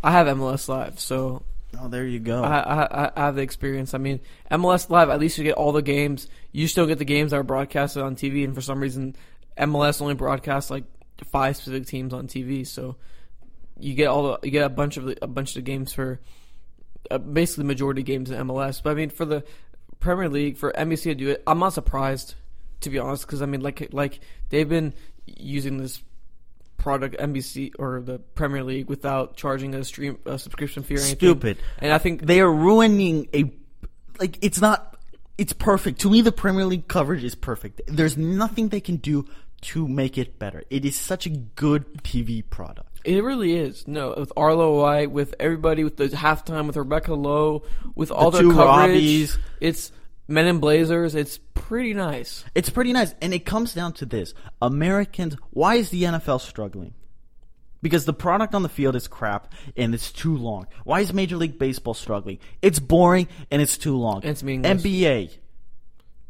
A: I have MLS Live, so
B: Oh, there you go.
A: I, I, I- I have the experience. I mean, MLS Live, at least you get all the games. You still get the games that are broadcasted on TV, and for some reason, MLS only broadcasts like five specific teams on TV. So you get all the, you get a bunch of the, a bunch of the games for uh, basically the majority of games in MLS. But I mean, for the Premier League, for NBC to do it, I'm not surprised to be honest, because I mean, like like they've been using this product NBC or the Premier League without charging a stream a subscription fee or anything.
B: Stupid.
A: And I think
B: they are ruining a like it's not it's perfect to me the premier league coverage is perfect there's nothing they can do to make it better it is such a good tv product
A: It really is. No, with Arlo White, with everybody, with the halftime, with Rebecca Lowe, with all
B: The
A: their
B: two
A: coverage.
B: Robbies.
A: It's Men in Blazers. It's pretty nice.
B: it's pretty nice and it comes down to this americans why is the nfl struggling because the product on the field is crap and it's too long why is major league baseball struggling it's boring and it's too long
A: It's meaningless.
B: nba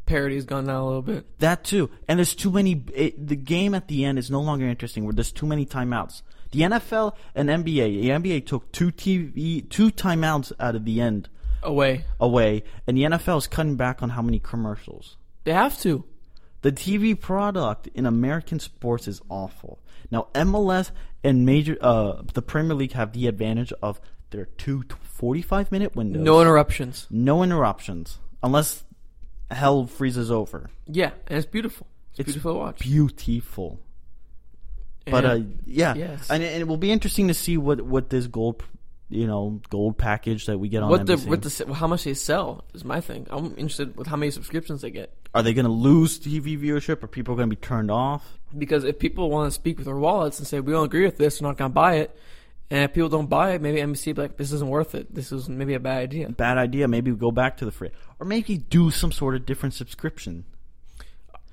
A: Parody's gone down a little bit.
B: That too. And there's too many. It, the game at the end is no longer interesting. Where there's too many timeouts. The NFL and NBA. The NBA took two TV two timeouts out of the end
A: Away.
B: away, and the NFL is cutting back on how many commercials.
A: They have to.
B: The TV product in American sports is awful. Now MLS and major uh, the Premier League have the advantage of their two 45 minute windows.
A: No interruptions.
B: no interruptions unless hell freezes over.
A: Yeah, and it's beautiful. It's, beautiful to watch.
B: Beautiful. But uh,
A: And-
B: yeah,
A: Yes.
B: and, it- and it will be interesting to see what what this gold, you know, gold package that we get on.
A: what the
B: NBC.
A: what the how much they sell is my thing. I'm interested with how many subscriptions they get
B: are they going to lose TV viewership? Are people going to be turned off?
A: because if people want to speak with their wallets and say we don't agree with this, we're not gonna buy it, and if people don't buy it, maybe NBC will be like this isn't worth it. This is maybe a bad idea.
B: Bad idea. Maybe we go back to the free, or maybe do some sort of different subscription.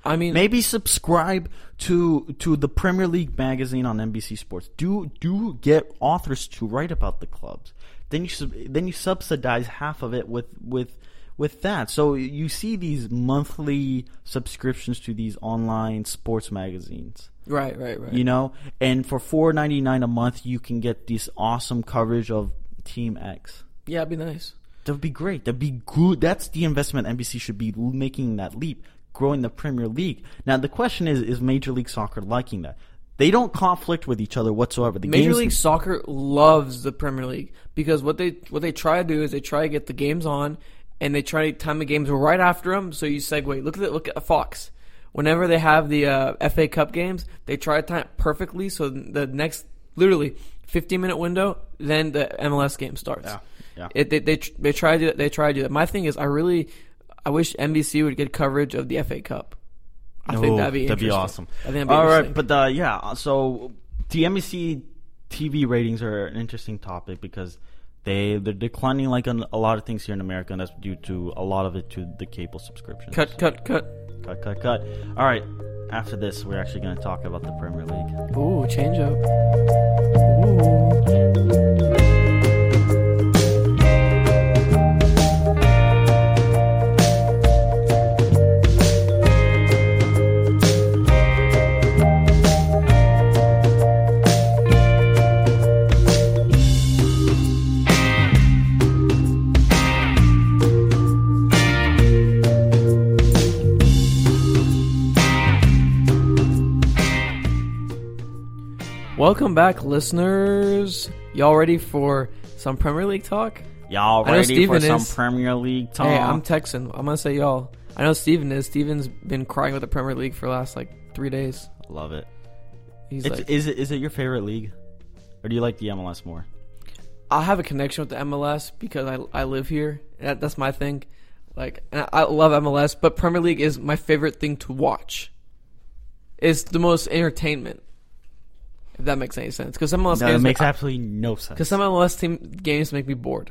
A: I mean,
B: Maybe subscribe to to the Premier League magazine on NBC Sports. Do do get authors to write about the clubs. Then you sub, then you subsidize half of it with with with that. So you see these monthly subscriptions to these online sports magazines.
A: Right, right, right.
B: You know, and for four ninety nine a month, you can get this awesome coverage of Team X.
A: yeah, it'd be nice.
B: That would be great. That'd be good. That's the investment NBC should be l- making that leap, growing the Premier League. Now the question is, is Major League Soccer liking that? They don't conflict with each other whatsoever. The
A: Major
B: games-
A: League Soccer loves the Premier League because what they what they try to do is they try to get the games on and they try to time the games right after them. So you segue. Look at the, look at Fox. Whenever they have the uh, FA Cup games, they try to time it perfectly so the next literally 15 minute window, then the MLS game starts. Yeah,
B: yeah.
A: It, they they tr- they try to do, they try to do that. My thing is, I really I wish NBC would get coverage of the FA Cup. I think
B: Oh,
A: that'd be interesting.
B: awesome.
A: I think that'd be
B: All right,
A: interesting.
B: but uh, yeah, uh, so the NBC TV ratings are an interesting topic because they they're declining like on a lot of things here in America, and that's due to a lot of it to the cable subscription.
A: cut cut cut.
B: cut, cut, cut. All right, after this, we're actually going to talk about the Premier League.
A: Ooh, change up. Ooh. Welcome back, listeners. Y'all ready for some Premier League talk?
B: Y'all
A: I know
B: ready
A: Steven
B: for some
A: is.
B: Premier League talk?
A: Hey, I'm Texan. I'm gonna say y'all. I know Steven is. Steven's been crying with the Premier League for the last like three days.
B: Love it.
A: He's
B: It's,
A: like,
B: is it is it your favorite league, or do you like the MLS more?
A: I have a connection with the MLS because I I live here. That, that's my thing. Like, and I love MLS, but Premier League is my favorite thing to watch. It's the most entertainment. If that makes any sense, because some MLS
B: No, it
A: games
B: makes
A: make,
B: absolutely no sense.
A: because some MLS team games make me bored.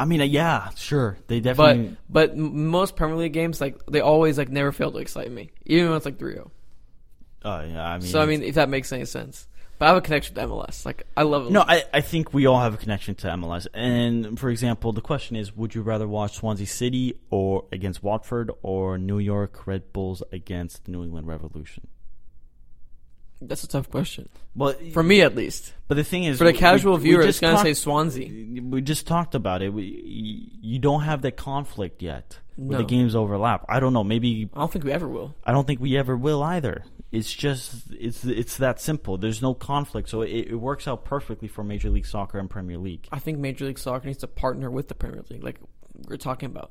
B: I mean, uh, yeah, sure, they
A: But
B: definitely.
A: but m- most Premier League games like they always like never fail to excite me, even when it's like 3-0.
B: uh, yeah, I mean,
A: So I mean, if that makes any sense. But I have a connection to MLS. Like I love it.
B: no, I, I think we all have a connection to MLS. And for example, the question is: Would you rather watch Swansea City or against Watford, or New York Red Bulls against New England Revolution?
A: that's a tough question
B: Well,
A: for me at least.
B: but the thing is,
A: For the casual viewer,
B: just
A: it's gonna say
B: talked-
A: Swansea.
B: we just talked about it. We, you don't have that conflict yet. Where
A: No.
B: the games overlap. I don't know. Maybe
A: I don't think we ever will.
B: I don't think we ever will either. It's just it's it's that simple. There's no conflict, so it, it works out perfectly for Major League Soccer and Premier League.
A: I think Major League Soccer needs to partner with the Premier League, like we're talking about.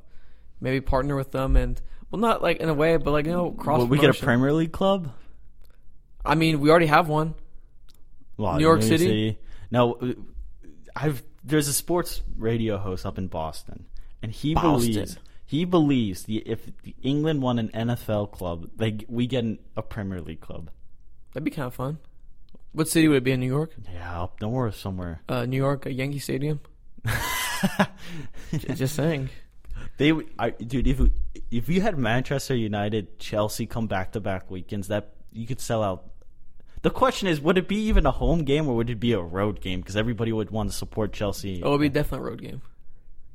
A: Maybe partner with them and well, not like in a way, but like you know, cross.
B: Well, we get a
A: promotion.
B: Premier League club.
A: I mean, we already have one.
B: Well,
A: New York City?
B: Now, uh, I've there's a sports radio host up in Boston, and he
A: Boston.
B: believes he believes the, if the England won an NFL club, they g- we get an, a Premier League club.
A: That'd be kind of fun. What city would it be in New York?
B: Yeah, up north somewhere.
A: Uh, New York, a Yankee Stadium. J- Just saying.
B: They, would- I, dude, if we- if you had Manchester United, Chelsea come back to back weekends, that you could sell out. The question is, would it be even a home game or would it be a road game? Because everybody would want to support Chelsea.
A: Oh, it'd be definitely a road game.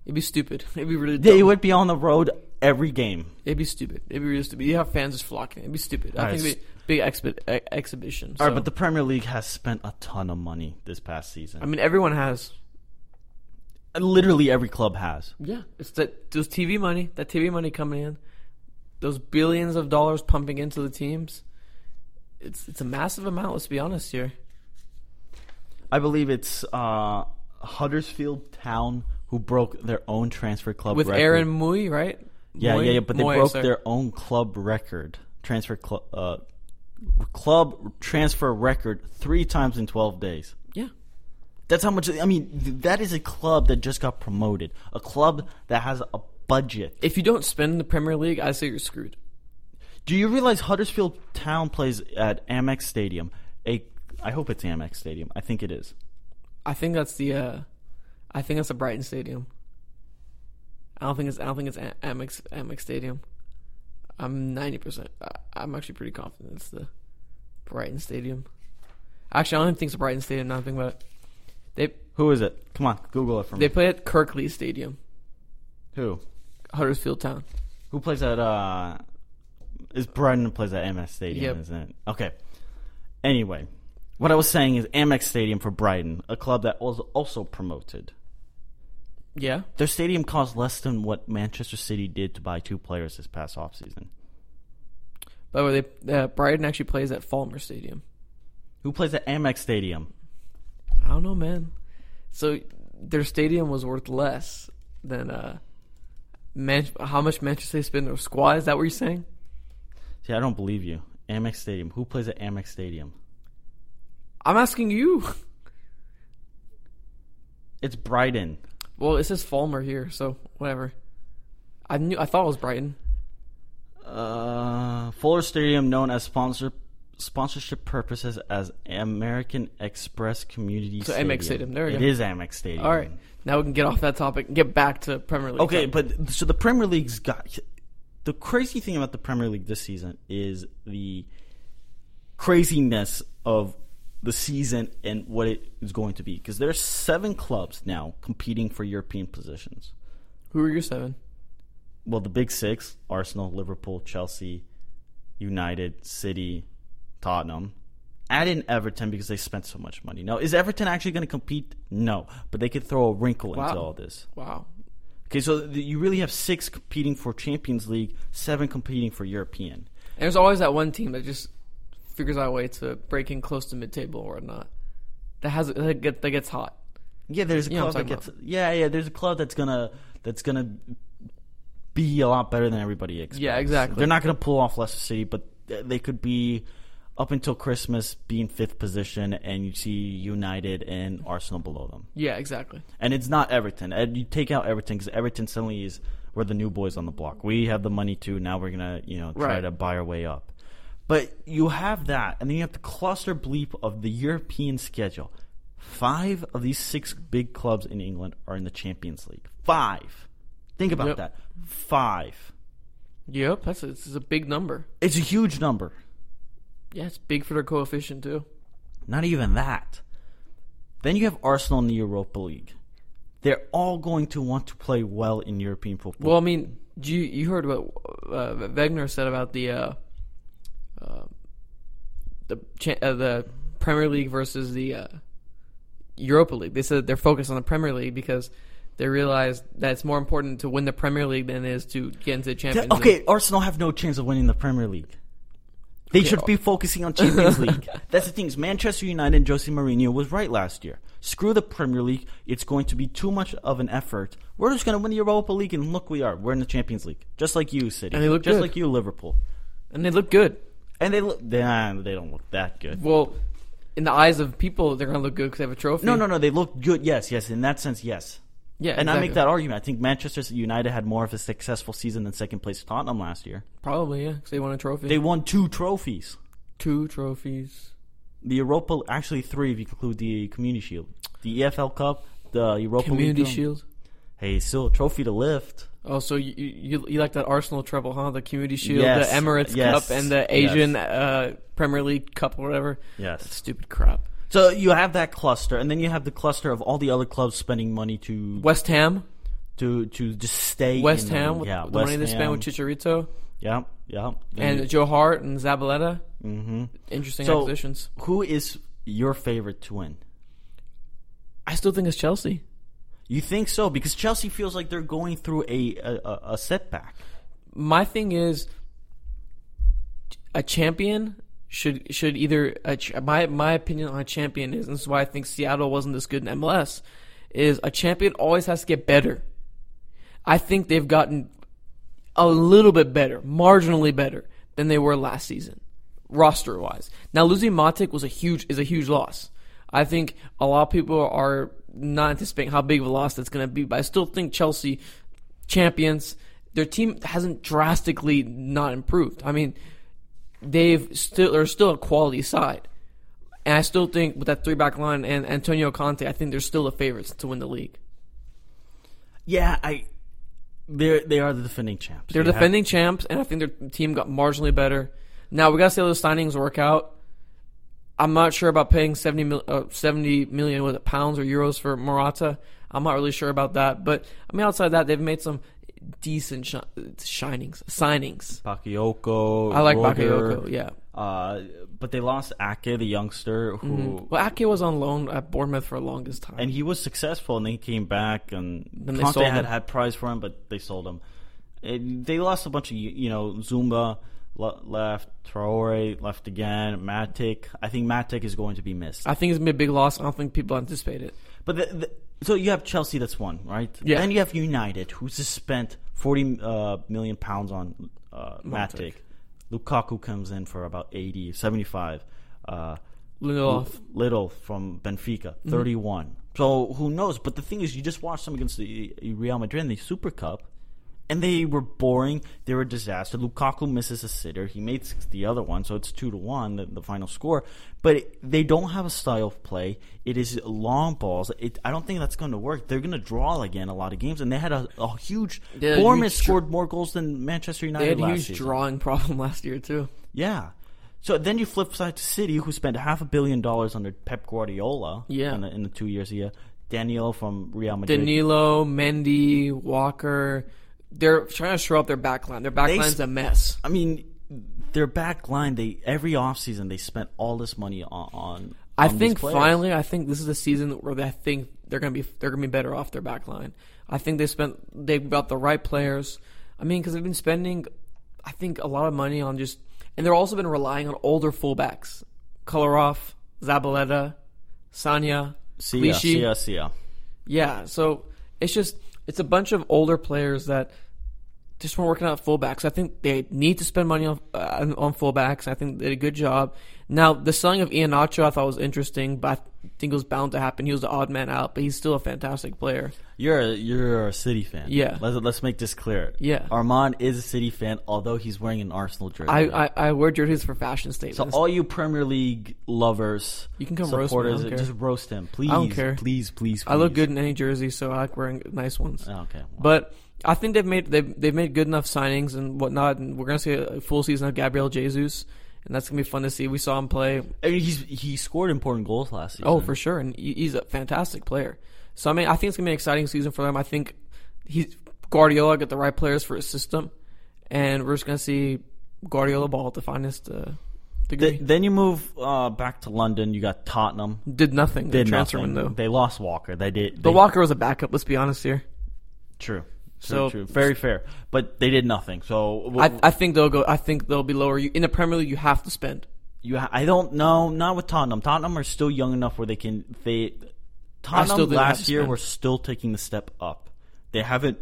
A: It'd be stupid. It'd be really.
B: they
A: dumb.
B: would be on the road every game.
A: It'd be stupid. It'd be really stupid. You have fans just flocking. It'd be stupid. I
B: Alright,
A: think it'd be a big expi- e- exhibition.
B: All right,
A: so-
B: but the Premier League has spent a ton of money this past season.
A: I mean, everyone has.
B: Literally every club has.
A: Yeah, it's that those TV money, that TV money coming in, those billions of dollars pumping into the teams. It's it's a massive amount. Let's be honest here.
B: I believe it's uh, Huddersfield Town who broke their own transfer club
A: With
B: record.
A: Aaron Muy, right?
B: Yeah,
A: Muy?
B: yeah, yeah. But they
A: Muy,
B: broke
A: sorry.
B: their own club record transfer club uh, club transfer record three times in twelve days.
A: Yeah,
B: That's how much. I mean, th- that is a club that just got promoted. A club that has a budget.
A: if you don't spend in the Premier League, I say you're screwed.
B: Do you realize Huddersfield Town plays at Amex Stadium? A I hope it's Amex Stadium. I think it is.
A: I think that's the, uh, I think that's the Brighton Stadium. I don't think it's I don't think it's A- Amex Amex Stadium. I'm ninety percent. I'm actually pretty confident it's the Brighton Stadium. Actually, I don't even think it's the Brighton Stadium. Now that I think about it, they
B: Who is it? Come on, Google it for
A: They
B: me.
A: play at Kirkley Stadium,
B: Who?
A: Huddersfield Town.
B: Who plays at uh? Is Brighton plays at Amex Stadium?
A: Yep.
B: Isn't it? Okay. Anyway, what I was saying is Amex Stadium for Brighton, a club that was also promoted.
A: Yeah,
B: Their stadium cost less than what Manchester City did to buy two players this past offseason.
A: by the way, they, uh, Brighton actually plays at Falmer Stadium.
B: Who plays at Amex Stadium?
A: I don't know, man. So their stadium was worth less than uh, Man- how much Manchester City spent on their squad. Is that what you're saying?
B: See, I don't believe you. Amex Stadium. Who plays at Amex Stadium?
A: I'm asking you.
B: It's Brighton.
A: Well, it says Falmer here, so whatever. I knew. I thought it was Brighton.
B: Uh, Fuller Stadium, known as sponsor sponsorship purposes as American Express Community
A: So
B: Stadium.
A: Amex Stadium, there we
B: It
A: go.
B: is Amex Stadium.
A: All right, now we can get off that topic and get back to Premier League.
B: Okay,
A: time.
B: but so the Premier League's got the crazy thing about the Premier League this season is the craziness of the season and what it is going to be because there's seven clubs now competing for European positions.
A: who are your seven?
B: Well, the big six: Arsenal, Liverpool, Chelsea, United, City, Tottenham. Add in Everton because they spent so much money. Now, is Everton actually going to compete? No, but they could throw a wrinkle into
A: Wow.
B: all this.
A: Wow,
B: Okay, so th- you really have six competing for Champions League, seven competing for European.
A: And there's always that one team that just figures out a way to break in close to mid table or not. That has that, get, that gets hot.
B: Yeah, there's a
A: You know what
B: club
A: I'm
B: that
A: talking
B: gets. Yeah, yeah, there's a club that's gonna that's gonna be a lot better than everybody expects.
A: Yeah, exactly.
B: They're not gonna pull off Leicester City, but th- they could be up until Christmas being fifth position, and you see United and Arsenal below them.
A: Yeah, exactly.
B: And it's not Everton. And you take out Everton because Everton suddenly is we're the new boys on the block. We have the money too. Now we're gonna you know try
A: Right.
B: to buy our way up. But you have that, and then you have the cluster bleep of the European schedule. Five of these six big clubs in England are in the Champions League. Five. Think about
A: Yep.
B: that. Five.
A: Yep, that's a, this is a big number.
B: It's a huge number.
A: Yeah, it's big for their coefficient too.
B: Not even that. Then you have Arsenal in the Europa League. They're all going to want to play well in European football.
A: Well, I mean, do you, you heard what uh, Wegner said about the uh, uh, the cha- uh, the Premier League versus the uh, Europa League. They said they're focused on the Premier League because they realize that it's more important to win the Premier League than it is to get into the Champions League.
B: Okay, Arsenal have no chance of winning the Premier League. They should
A: uh,
B: be focusing on Champions League. That's the thing. is Manchester United and Jose Mourinho was right last year. Screw the Premier League. It's going to be too much of an effort. We're just going to win the Europa League, and look, we are. We're in the Champions League, just like you, City.
A: And they look
B: just
A: good.
B: like you, Liverpool.
A: and they look good.
B: And they look. Nah, they don't look that good.
A: Well, in the eyes of people, they're going to look good because they have a trophy.
B: No, no, no. They look good. Yes, yes. In that sense, yes.
A: Yeah,
B: and I
A: exactly.
B: make that argument. I think Manchester United had more of a successful season than second place Tottenham last year.
A: probably yeah because they won a trophy.
B: They won two trophies.
A: two trophies.
B: the Europa actually three if you include the Community Shield, the EFL Cup, the Europa
A: Community
B: League.
A: Shield.
B: Hey, still a trophy to lift.
A: Oh, so you, you you like that Arsenal treble, huh? The Community Shield,
B: Yes,
A: the Emirates
B: yes,
A: Cup, and the Asian uh, Premier League Cup, or whatever.
B: Yes.
A: Stupid crap.
B: So you have that cluster, and then you have the cluster of all the other clubs spending money to
A: West Ham,
B: to to just stay.
A: West
B: in the
A: Ham
B: league.
A: with
B: yeah,
A: the
B: West
A: money they spent with
B: Ham.
A: Chicharito
B: Yeah, yeah.
A: and Joe Hart and Zabaleta.
B: hmm
A: Interesting
B: So-
A: acquisitions.
B: who is your favorite to win?
A: I still think it's Chelsea.
B: You think so? Because Chelsea feels like they're going through a a, a- a setback.
A: My thing is, a champion should should either a ch- my my opinion on a champion is, and this is why I think Seattle wasn't this good in MLS. Is a champion always has to get better. I think they've gotten a little bit better, marginally better than they were last season, roster wise. Now losing Matic was a huge is a huge loss. I think a lot of people are not anticipating how big of a loss that's going to be, but I still think Chelsea champions. Their team hasn't drastically not improved. I mean, they've still they're still a quality side, and I still think with that three back line and Antonio Conte, I think they're still the favorites to win the league.
B: Yeah, I. They they are the defending champs.
A: They're
B: You have-
A: defending champs, and I think their team got marginally better. Now we gotta see how those signings work out. I'm not sure about paying 70, mil, uh, 70 million with pounds or euros for Morata. I'm not really sure about that, but I mean outside that, they've made some decent shi- shinings, signings.
B: Bakayoko.
A: I like
B: Roger,
A: Bakayoko, yeah.
B: Uh, but they lost Ake, the youngster, who
A: Well, Ake was on loan at Bournemouth for the longest time.
B: and he was successful, and then he came back, and
A: they
B: Conte
A: sold
B: had
A: him.
B: had prize for him, but they sold him. And they lost a bunch of you you know Zumba le- left, Traore left again, Matic. I think Matic is going to be missed.
A: I think it's gonna be a big loss. I don't think people anticipate it.
B: But the, the, so you have Chelsea, that's one, right?
A: Yeah.
B: Then you have United, who's just spent forty uh, million pounds on uh, Matic. Lukaku comes in for about 80, 75. Uh,
A: Lindelof.
B: Little from Benfica,
A: Mm-hmm.
B: 31. So who knows? But the thing is, you just watched them against the Real Madrid in the Super Cup, and they were boring. They were a disaster. Lukaku misses a sitter. He made the other one, so it's two to one the, the final score. But it, they don't have a style of play. It is long balls. It, I don't think that's going to work. They're going to draw again a lot of games, and they had a, a huge.
A: They had a
B: Bournemouth
A: huge dr-
B: scored more goals than Manchester United
A: They had a
B: last
A: huge
B: season.
A: drawing problem last year too.
B: Yeah. So then you flip side to City, who spent half a billion dollars under Pep Guardiola.
A: Yeah.
B: In the, in the two years here, Daniel from Real Madrid.
A: Danilo, Mendy, Walker. They're trying to shore up their back line. Their back
B: They
A: line's a
B: sp-
A: mess.
B: I mean, their back line. They every offseason they spent all this money on. on
A: I
B: on these
A: think
B: players.
A: finally, I think this is the season where I think they're gonna be they're gonna be better off their back line. I think they spent they got the right players. I mean, because they've been spending, I think a lot of money on just And they've also been relying on older fullbacks. Kolarov, Zabaleta, Sanya,
B: Sia,
A: Clichy.
B: Sia, Sia.
A: Yeah, so it's just it's a bunch of older players that just weren't working out fullbacks. I think they need to spend money on uh, on fullbacks. I think they did a good job. Now the selling of Ian Nacho I thought was interesting, but I think it was bound to happen. He was the odd man out, but he's still a fantastic player.
B: You're a, you're a City fan.
A: Yeah.
B: Let's let's make this clear.
A: Yeah.
B: Armand is a City fan, although he's wearing an Arsenal jersey.
A: I I, I wear jerseys for fashion
B: so
A: statements.
B: all you Premier League lovers,
A: You can come roast me, I
B: supporters,
A: don't care.
B: just roast him, please.
A: don't care.
B: Please, please, please.
A: I look good in any jersey, so I like wearing nice ones.
B: Oh, Okay. well,
A: But I think they've made they've they've made good enough signings and whatnot, and we're gonna see a full season of Gabriel Jesus, and that's gonna be fun to see. We saw him play
B: I mean, he's he scored important goals last season.
A: Oh, for sure, and he- he's a fantastic player. So I mean, I think it's gonna be an exciting season for them. I think he's Guardiola got the right players for his system, and we're just gonna see Guardiola ball at the finest uh, degree.
B: Th- then you move uh, back to London. You got Tottenham.
A: did nothing in
B: Did
A: the transfer
B: nothing.
A: window.
B: They lost Walker. They did.
A: But
B: they-
A: Walker was a backup. Let's be honest here.
B: True.
A: So-
B: So true. Very fair. But they did nothing. So
A: I, I think they'll go. I think they'll be lower. You, in the Premier League, you have to spend.
B: You, ha- I don't know. Not with Tottenham. Tottenham are still young enough where they can. They
A: still
B: Tottenham
A: think they have
B: last
A: to
B: year
A: spend.
B: were still taking the step up. They haven't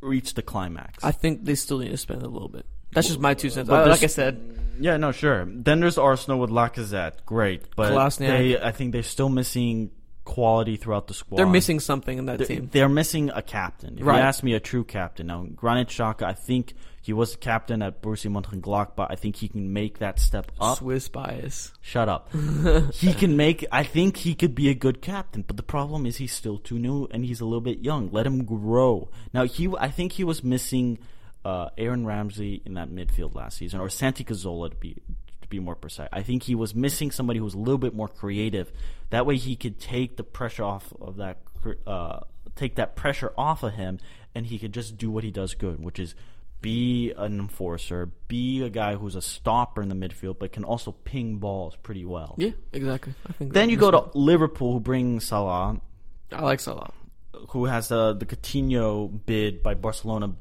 B: reached the climax.
A: I think they still need to spend a little bit. That's just my two cents.
B: But
A: I- like
B: this-
A: I said,
B: yeah, no, sure. Then there's Arsenal with Lacazette. Great, but
A: Kolasinac.
B: they, I think they're still missing quality throughout the squad.
A: they're missing something in that
B: They're,
A: team.
B: they're missing a captain. If
A: Right.
B: you ask me, a true captain. Now, Granit Xhaka, I think he was the captain at Borussia Mönchengladbach. I think he can make that step up.
A: Swiss bias.
B: Shut up. he can make. I think he could be a good captain, but the problem is he's still too new and he's a little bit young. Let him grow. Now he, I think he was missing uh, Aaron Ramsey in that midfield last season, or Santi Cazorla to be to be more precise. I think he was missing somebody who was a little bit more creative. That way he could take the pressure off of that. cr- Uh, take that pressure off of him, and he could just do what he does good, which is be an enforcer, be a guy who's a stopper in the midfield, but can also ping balls pretty well.
A: Yeah, exactly. I think
B: Then you go to Liverpool, who bring Salah,
A: I like Salah.
B: who has uh, the Coutinho bid by Barcelona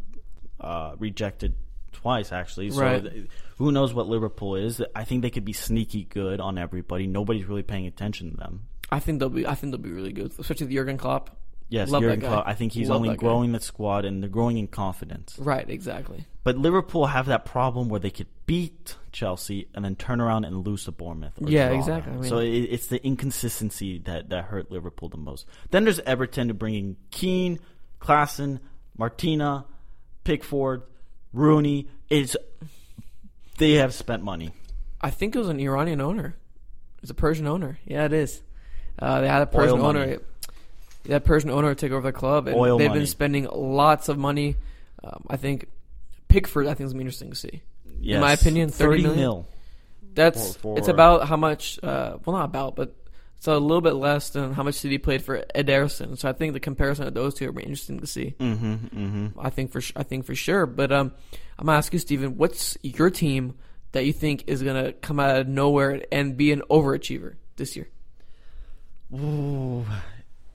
B: uh, rejected twice, actually. So
A: Right.
B: th- who knows what Liverpool is? I think they could be sneaky good on everybody. Nobody's really paying attention to them.
A: I think they'll be. I think they'll be really good, especially the Jurgen Klopp.
B: Yes,
A: Love that
B: Jurgen
A: guy.
B: Klopp. I think he's
A: Love
B: only
A: that guy.
B: growing the squad, and they're growing in confidence.
A: Right, exactly.
B: But Liverpool have that problem where they could beat Chelsea and then turn around and lose to Bournemouth. Or
A: Yeah,
B: draw
A: exactly.
B: them.
A: I mean-
B: so it, it's the inconsistency that, that hurt Liverpool the most. Then there's Everton to bring in Keane, Klassen, Martina, Pickford, Rooney. It's they have spent money.
A: I think it was an Iranian owner. It's a Persian owner. Yeah, it is. Uh, they had a Persian
B: money.
A: owner. That Persian owner take over the club, and
B: Oil
A: they've
B: money.
A: been spending lots of money. Um, I think Pickford. I think is gonna be interesting to see.
B: Yes.
A: In my opinion, 30 million.
B: mil.
A: That's
B: For-
A: it's
B: for-
A: about how much. Uh, well, not about, but it's a little bit less than how much City played for Ederson. So I think the comparison of those two will be interesting to see. Mm-hmm, mm-hmm. I think for su- I think for sure. But um, I'm gonna ask you, Steven, what's your team that you think is gonna come out of nowhere and be an overachiever this year?
B: Ooh.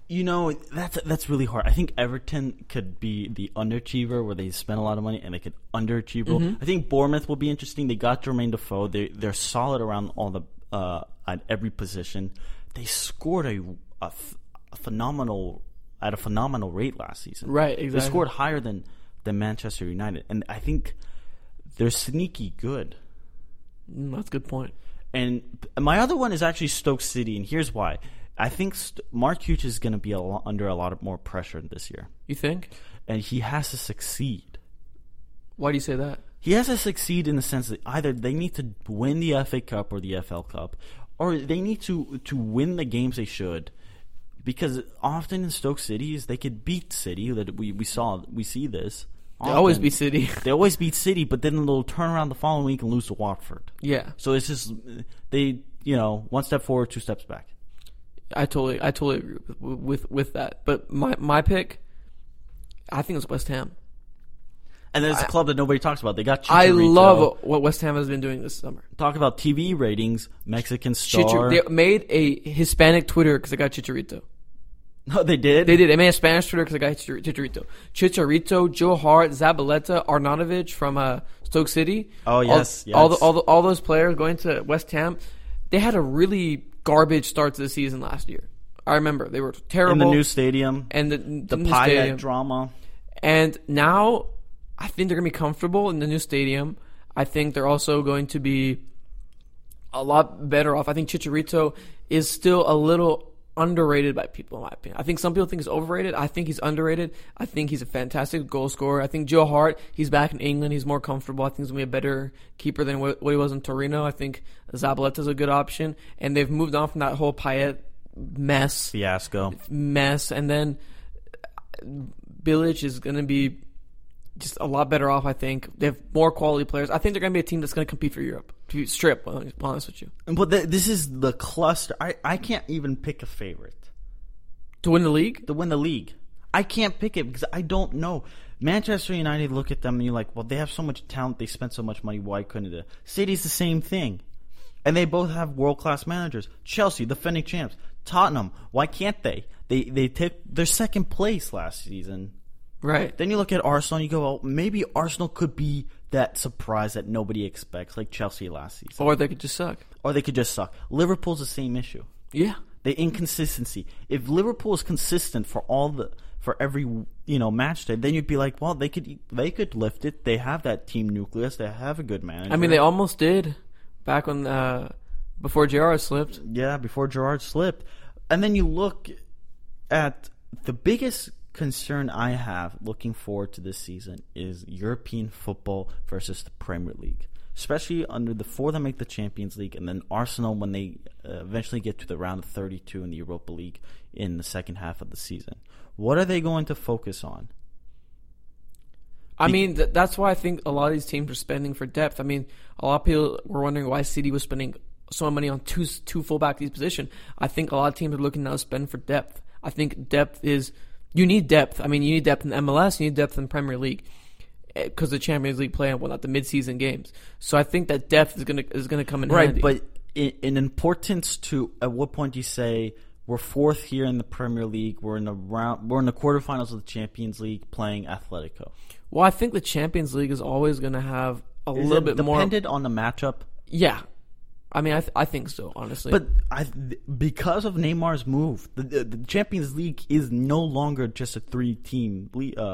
B: You know that's that's really hard. I think Everton could be the underachiever where they spend a lot of money and they could underachieve.
A: Mm-hmm.
B: I think Bournemouth will be interesting. They got Jermaine Defoe. They they're solid around all the uh, at every position. They scored a, a ph- a phenomenal at a phenomenal rate last season.
A: Right,
B: They
A: exactly.
B: scored higher than than Manchester United, and I think they're sneaky good.
A: Mm, that's a good point.
B: And my other one is actually Stoke City, and here's why. I think St- Mark Hughes is going to be a lot, under a lot of more pressure this year,
A: You think?
B: and he has to succeed.
A: Why do you say that?
B: He has to succeed in the sense that either they need to win the FA Cup or the FL Cup, or they need to to win the games they should. Because often in Stoke Cities, they could beat City. That we, we saw we see this.
A: They always
B: often.
A: be City.
B: They always beat City, but then they'll turn around the following week and lose to Watford.
A: yeah,
B: So it's just they, you know, one step forward, two steps back.
A: I totally I totally agree with with, with that. But my my pick, I think it's West Ham.
B: And there's a club that nobody talks about. They got Chicharito.
A: I love what West Ham has been doing this summer.
B: talk about TV ratings. Mexican star.
A: Chichar- they made a Hispanic Twitter because I got Chicharito.
B: No, they did.
A: They did. They made a Spanish Twitter because the guy Chicharito- Chicharito, Chicharito, Joe Hart, Zabaleta, Arnautovic from uh, Stoke City.
B: Oh,
A: All-
B: yes,
A: all the,
B: yes.
A: all the, all those players going to West Ham. They had a really garbage start to the season last year. I remember they were terrible.
B: in the new stadium.
A: and the,
B: the
A: new
B: Payet
A: stadium.
B: drama.
A: And now I think they're going to be comfortable in the new stadium. I think they're also going to be a lot better off. I think Chicharito is still a little underrated by people, in my opinion. I think some people think he's overrated. I think he's underrated. I think he's a fantastic goal scorer. I think Joe Hart, he's back in England. He's more comfortable. I think he's going to be a better keeper than what what he was in Torino. I think Zabaleta's a good option. And they've moved on from that whole Payet mess
B: Fiasco.
A: mess, and then Billich is going to be just a lot better off. I think they have more quality players. I think they're going to be a team that's going to compete for Europe. To be strip, I'll be honest with you,
B: But th- this is the cluster. I, I can't even pick a favorite
A: to win the league.
B: to win the league. I can't pick it because I don't know. Manchester United look at them and you're like, well, they have so much talent. They spent so much money. Why couldn't they? City's the same thing. And they both have world class managers. Chelsea, defending champs. Tottenham, why can't they? They they took their second place last season.
A: Right.
B: Then you look at Arsenal and you go, well, maybe Arsenal could be that surprise that nobody expects, like Chelsea last season.
A: Or they could just suck.
B: Or they could just suck. Liverpool's the same issue.
A: Yeah.
B: The inconsistency. If Liverpool is consistent for all the for every you know match day, then you'd be like, well, they could they could lift it. They have that team nucleus. They have a good manager.
A: I mean, they almost did back when uh, before Jr. slipped.
B: Yeah, before Gerard slipped. And then you look at the biggest concern I have looking forward to this season is European football versus the Premier League. Especially under the four that make the Champions League, and then Arsenal when they uh, eventually get to the round of 32 in the Europa League in the second half of the season. What are they going to focus on?
A: I mean, th- that's why I think a lot of these teams are spending for depth. I mean, a lot of people were wondering why City was spending so much money on two s- two fullback each position. I think a lot of teams are looking now to spend for depth. I think depth is you need depth. I mean, you need depth in MLS, you need depth in Premier League because the Champions League play and whatnot, the midseason games. So I think that depth is gonna is gonna come in
B: Right,
A: handy.
B: but in, in importance to at what point do you say we're fourth here in the Premier League? We're in the round. We're in the quarterfinals of the Champions League playing Atletico.
A: well, I think the Champions League is always gonna have a
B: Is
A: little
B: it
A: bit more.
B: dependent on the matchup,
A: Yeah, I mean, I th- I think so honestly.
B: but I th- because of Neymar's move, the, the, the Champions League is no longer just a three-team le- uh,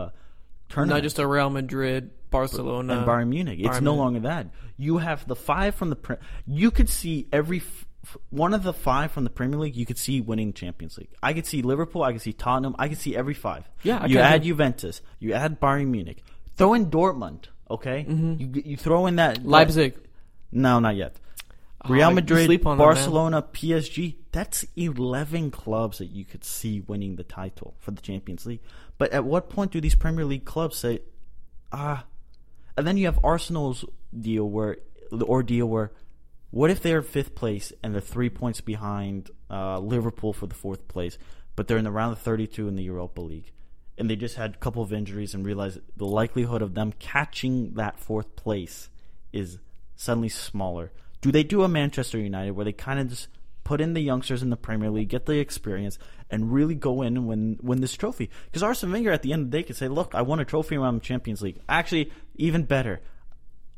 A: not
B: tournament.
A: just a Real Madrid, Barcelona,
B: and Bayern Munich. It's
A: Bayern
B: no
A: Munich.
B: longer that. You have the five from the. Pre- you could see every f- f- one of the five from the Premier League. You could see winning Champions League. I could see Liverpool. I could see Tottenham. I could see every five.
A: Yeah, I
B: you
A: can
B: add
A: do-
B: Juventus. You add Bayern Munich. Throw in Dortmund. Okay, you you throw in that
A: Mm-hmm. Leipzig.
B: No, not yet.
A: Oh,
B: Real
A: you
B: Madrid,
A: sleep on them, man.
B: Barcelona, PSG. That's eleven clubs that you could see winning the title for the Champions League. But at what point do these Premier League clubs say, ah? and then you have Arsenal's deal where the ordeal where, what if they're in fifth place and they're three points behind uh, Liverpool for the fourth place, but they're in the round of thirty-two in the Europa League, and they just had a couple of injuries and realized the likelihood of them catching that fourth place is suddenly smaller. Do they do a Manchester United where they kind of just put in the youngsters in the Premier League, get the experience, and really go in and win win this trophy? Because Arsene Wenger at the end of the day could say, "Look, I won a trophy when I'm in Champions League. Actually, even better,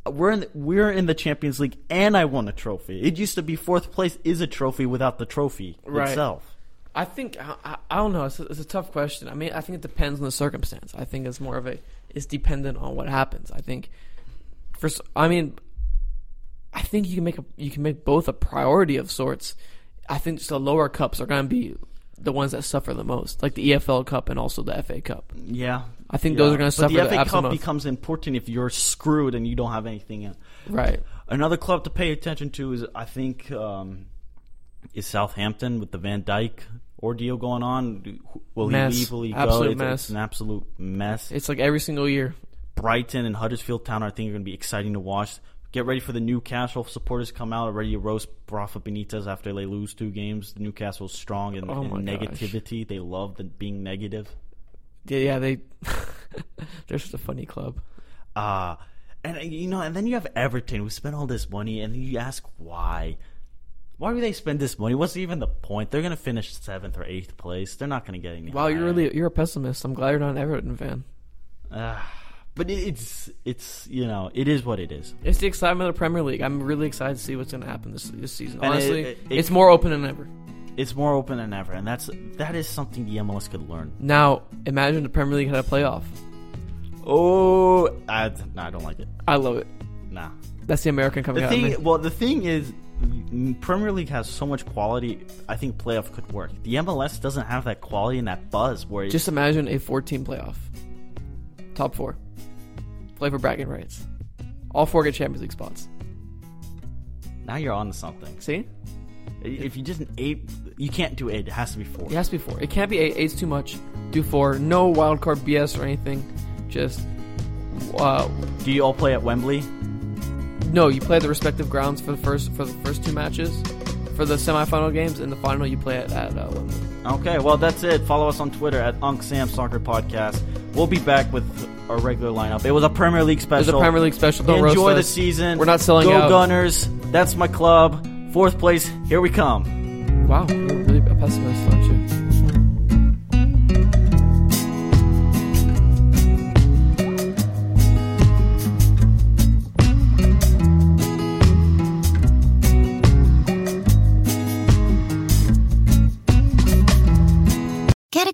B: we're in we're in the Champions League, and I won a trophy. It used to be fourth place is a trophy without the trophy
A: Right.
B: itself.
A: I think I, I, I don't know. It's a, it's a tough question. I mean, I think it depends on the circumstance. I think it's more of a it's dependent on what happens. I think for s- I mean, I think you can make a you can make both a priority of sorts. I think just the lower cups are going to be the ones that suffer the most, like the EFL Cup and also the FA Cup.
B: Yeah,
A: I think those are going to
B: But
A: suffer
B: the
A: the,
B: FA
A: absolute
B: Cup
A: most.
B: becomes important if you're screwed and you don't have anything. In.
A: right.
B: Another club to pay attention to is I think um, is Southampton with the Van Dyke ordeal going on. Will
A: Mess.
B: he leave? Will he
A: Absolute
B: go? It's,
A: mess.
B: it's an absolute mess.
A: It's like every single year.
B: Brighton and Huddersfield Town, I think, are going to be exciting to watch. Get ready for the Newcastle supporters come out ready to roast Rafa Benitez after they lose two games. Newcastle's strong in,
A: Oh
B: in
A: my gosh.
B: negativity. They love the, being negative.
A: Yeah, yeah they they're just a funny club.
B: Uh, and uh, you know, and then you have Everton who spent all this money, and you ask why. Why would they spend this money? What's even the point? They're going to finish seventh or eighth place. They're not going to get any.
A: Wow, you're
B: higher.
A: really you're a pessimist. I'm glad you're not an Everton fan.
B: But it- it's it's you know it is what it is.
A: It's the excitement of the Premier League. I'm really excited to see what's going to happen this this season.
B: And it-
A: Honestly,
B: it- it-
A: it's more open than ever.
B: It's more open than ever, and that's that is something the MLS could learn.
A: Now, imagine the Premier League had a playoff.
B: Oh, I, nah, I don't like it.
A: I love it.
B: Nah.
A: That's the American coming
B: The
A: out. in me.
B: thing, well, the thing is, mm, Premier League has so much quality. I think playoff could work. The MLS doesn't have that quality and that buzz where it's
A: Just imagine a 14 playoff. Top four. Play for bragging rights. All four get Champions League spots.
B: now you're on to something.
A: See?
B: If you just eight, you can't do eight. It has to be four.
A: It has to be four. It can't be eight. Eight's too much. Do four. No wild card BS or anything. Just. Uh,
B: Do you all play at Wembley?
A: no, you play the respective grounds for the first for the first two matches, for the semifinal games, and the final you play at, at uh, Wembley.
B: Okay, well that's it. Follow us on Twitter at UncSam Soccer Podcast. We'll be back with our regular lineup. It was a Premier League special.
A: There's a Premier League special. Don't roast
B: Enjoy the
A: us.
B: season.
A: We're not selling
B: Go
A: out.
B: Gunners. That's my club. Fourth place. Here we come.
A: Wow, you're really a pessimist, aren't you?
C: Get a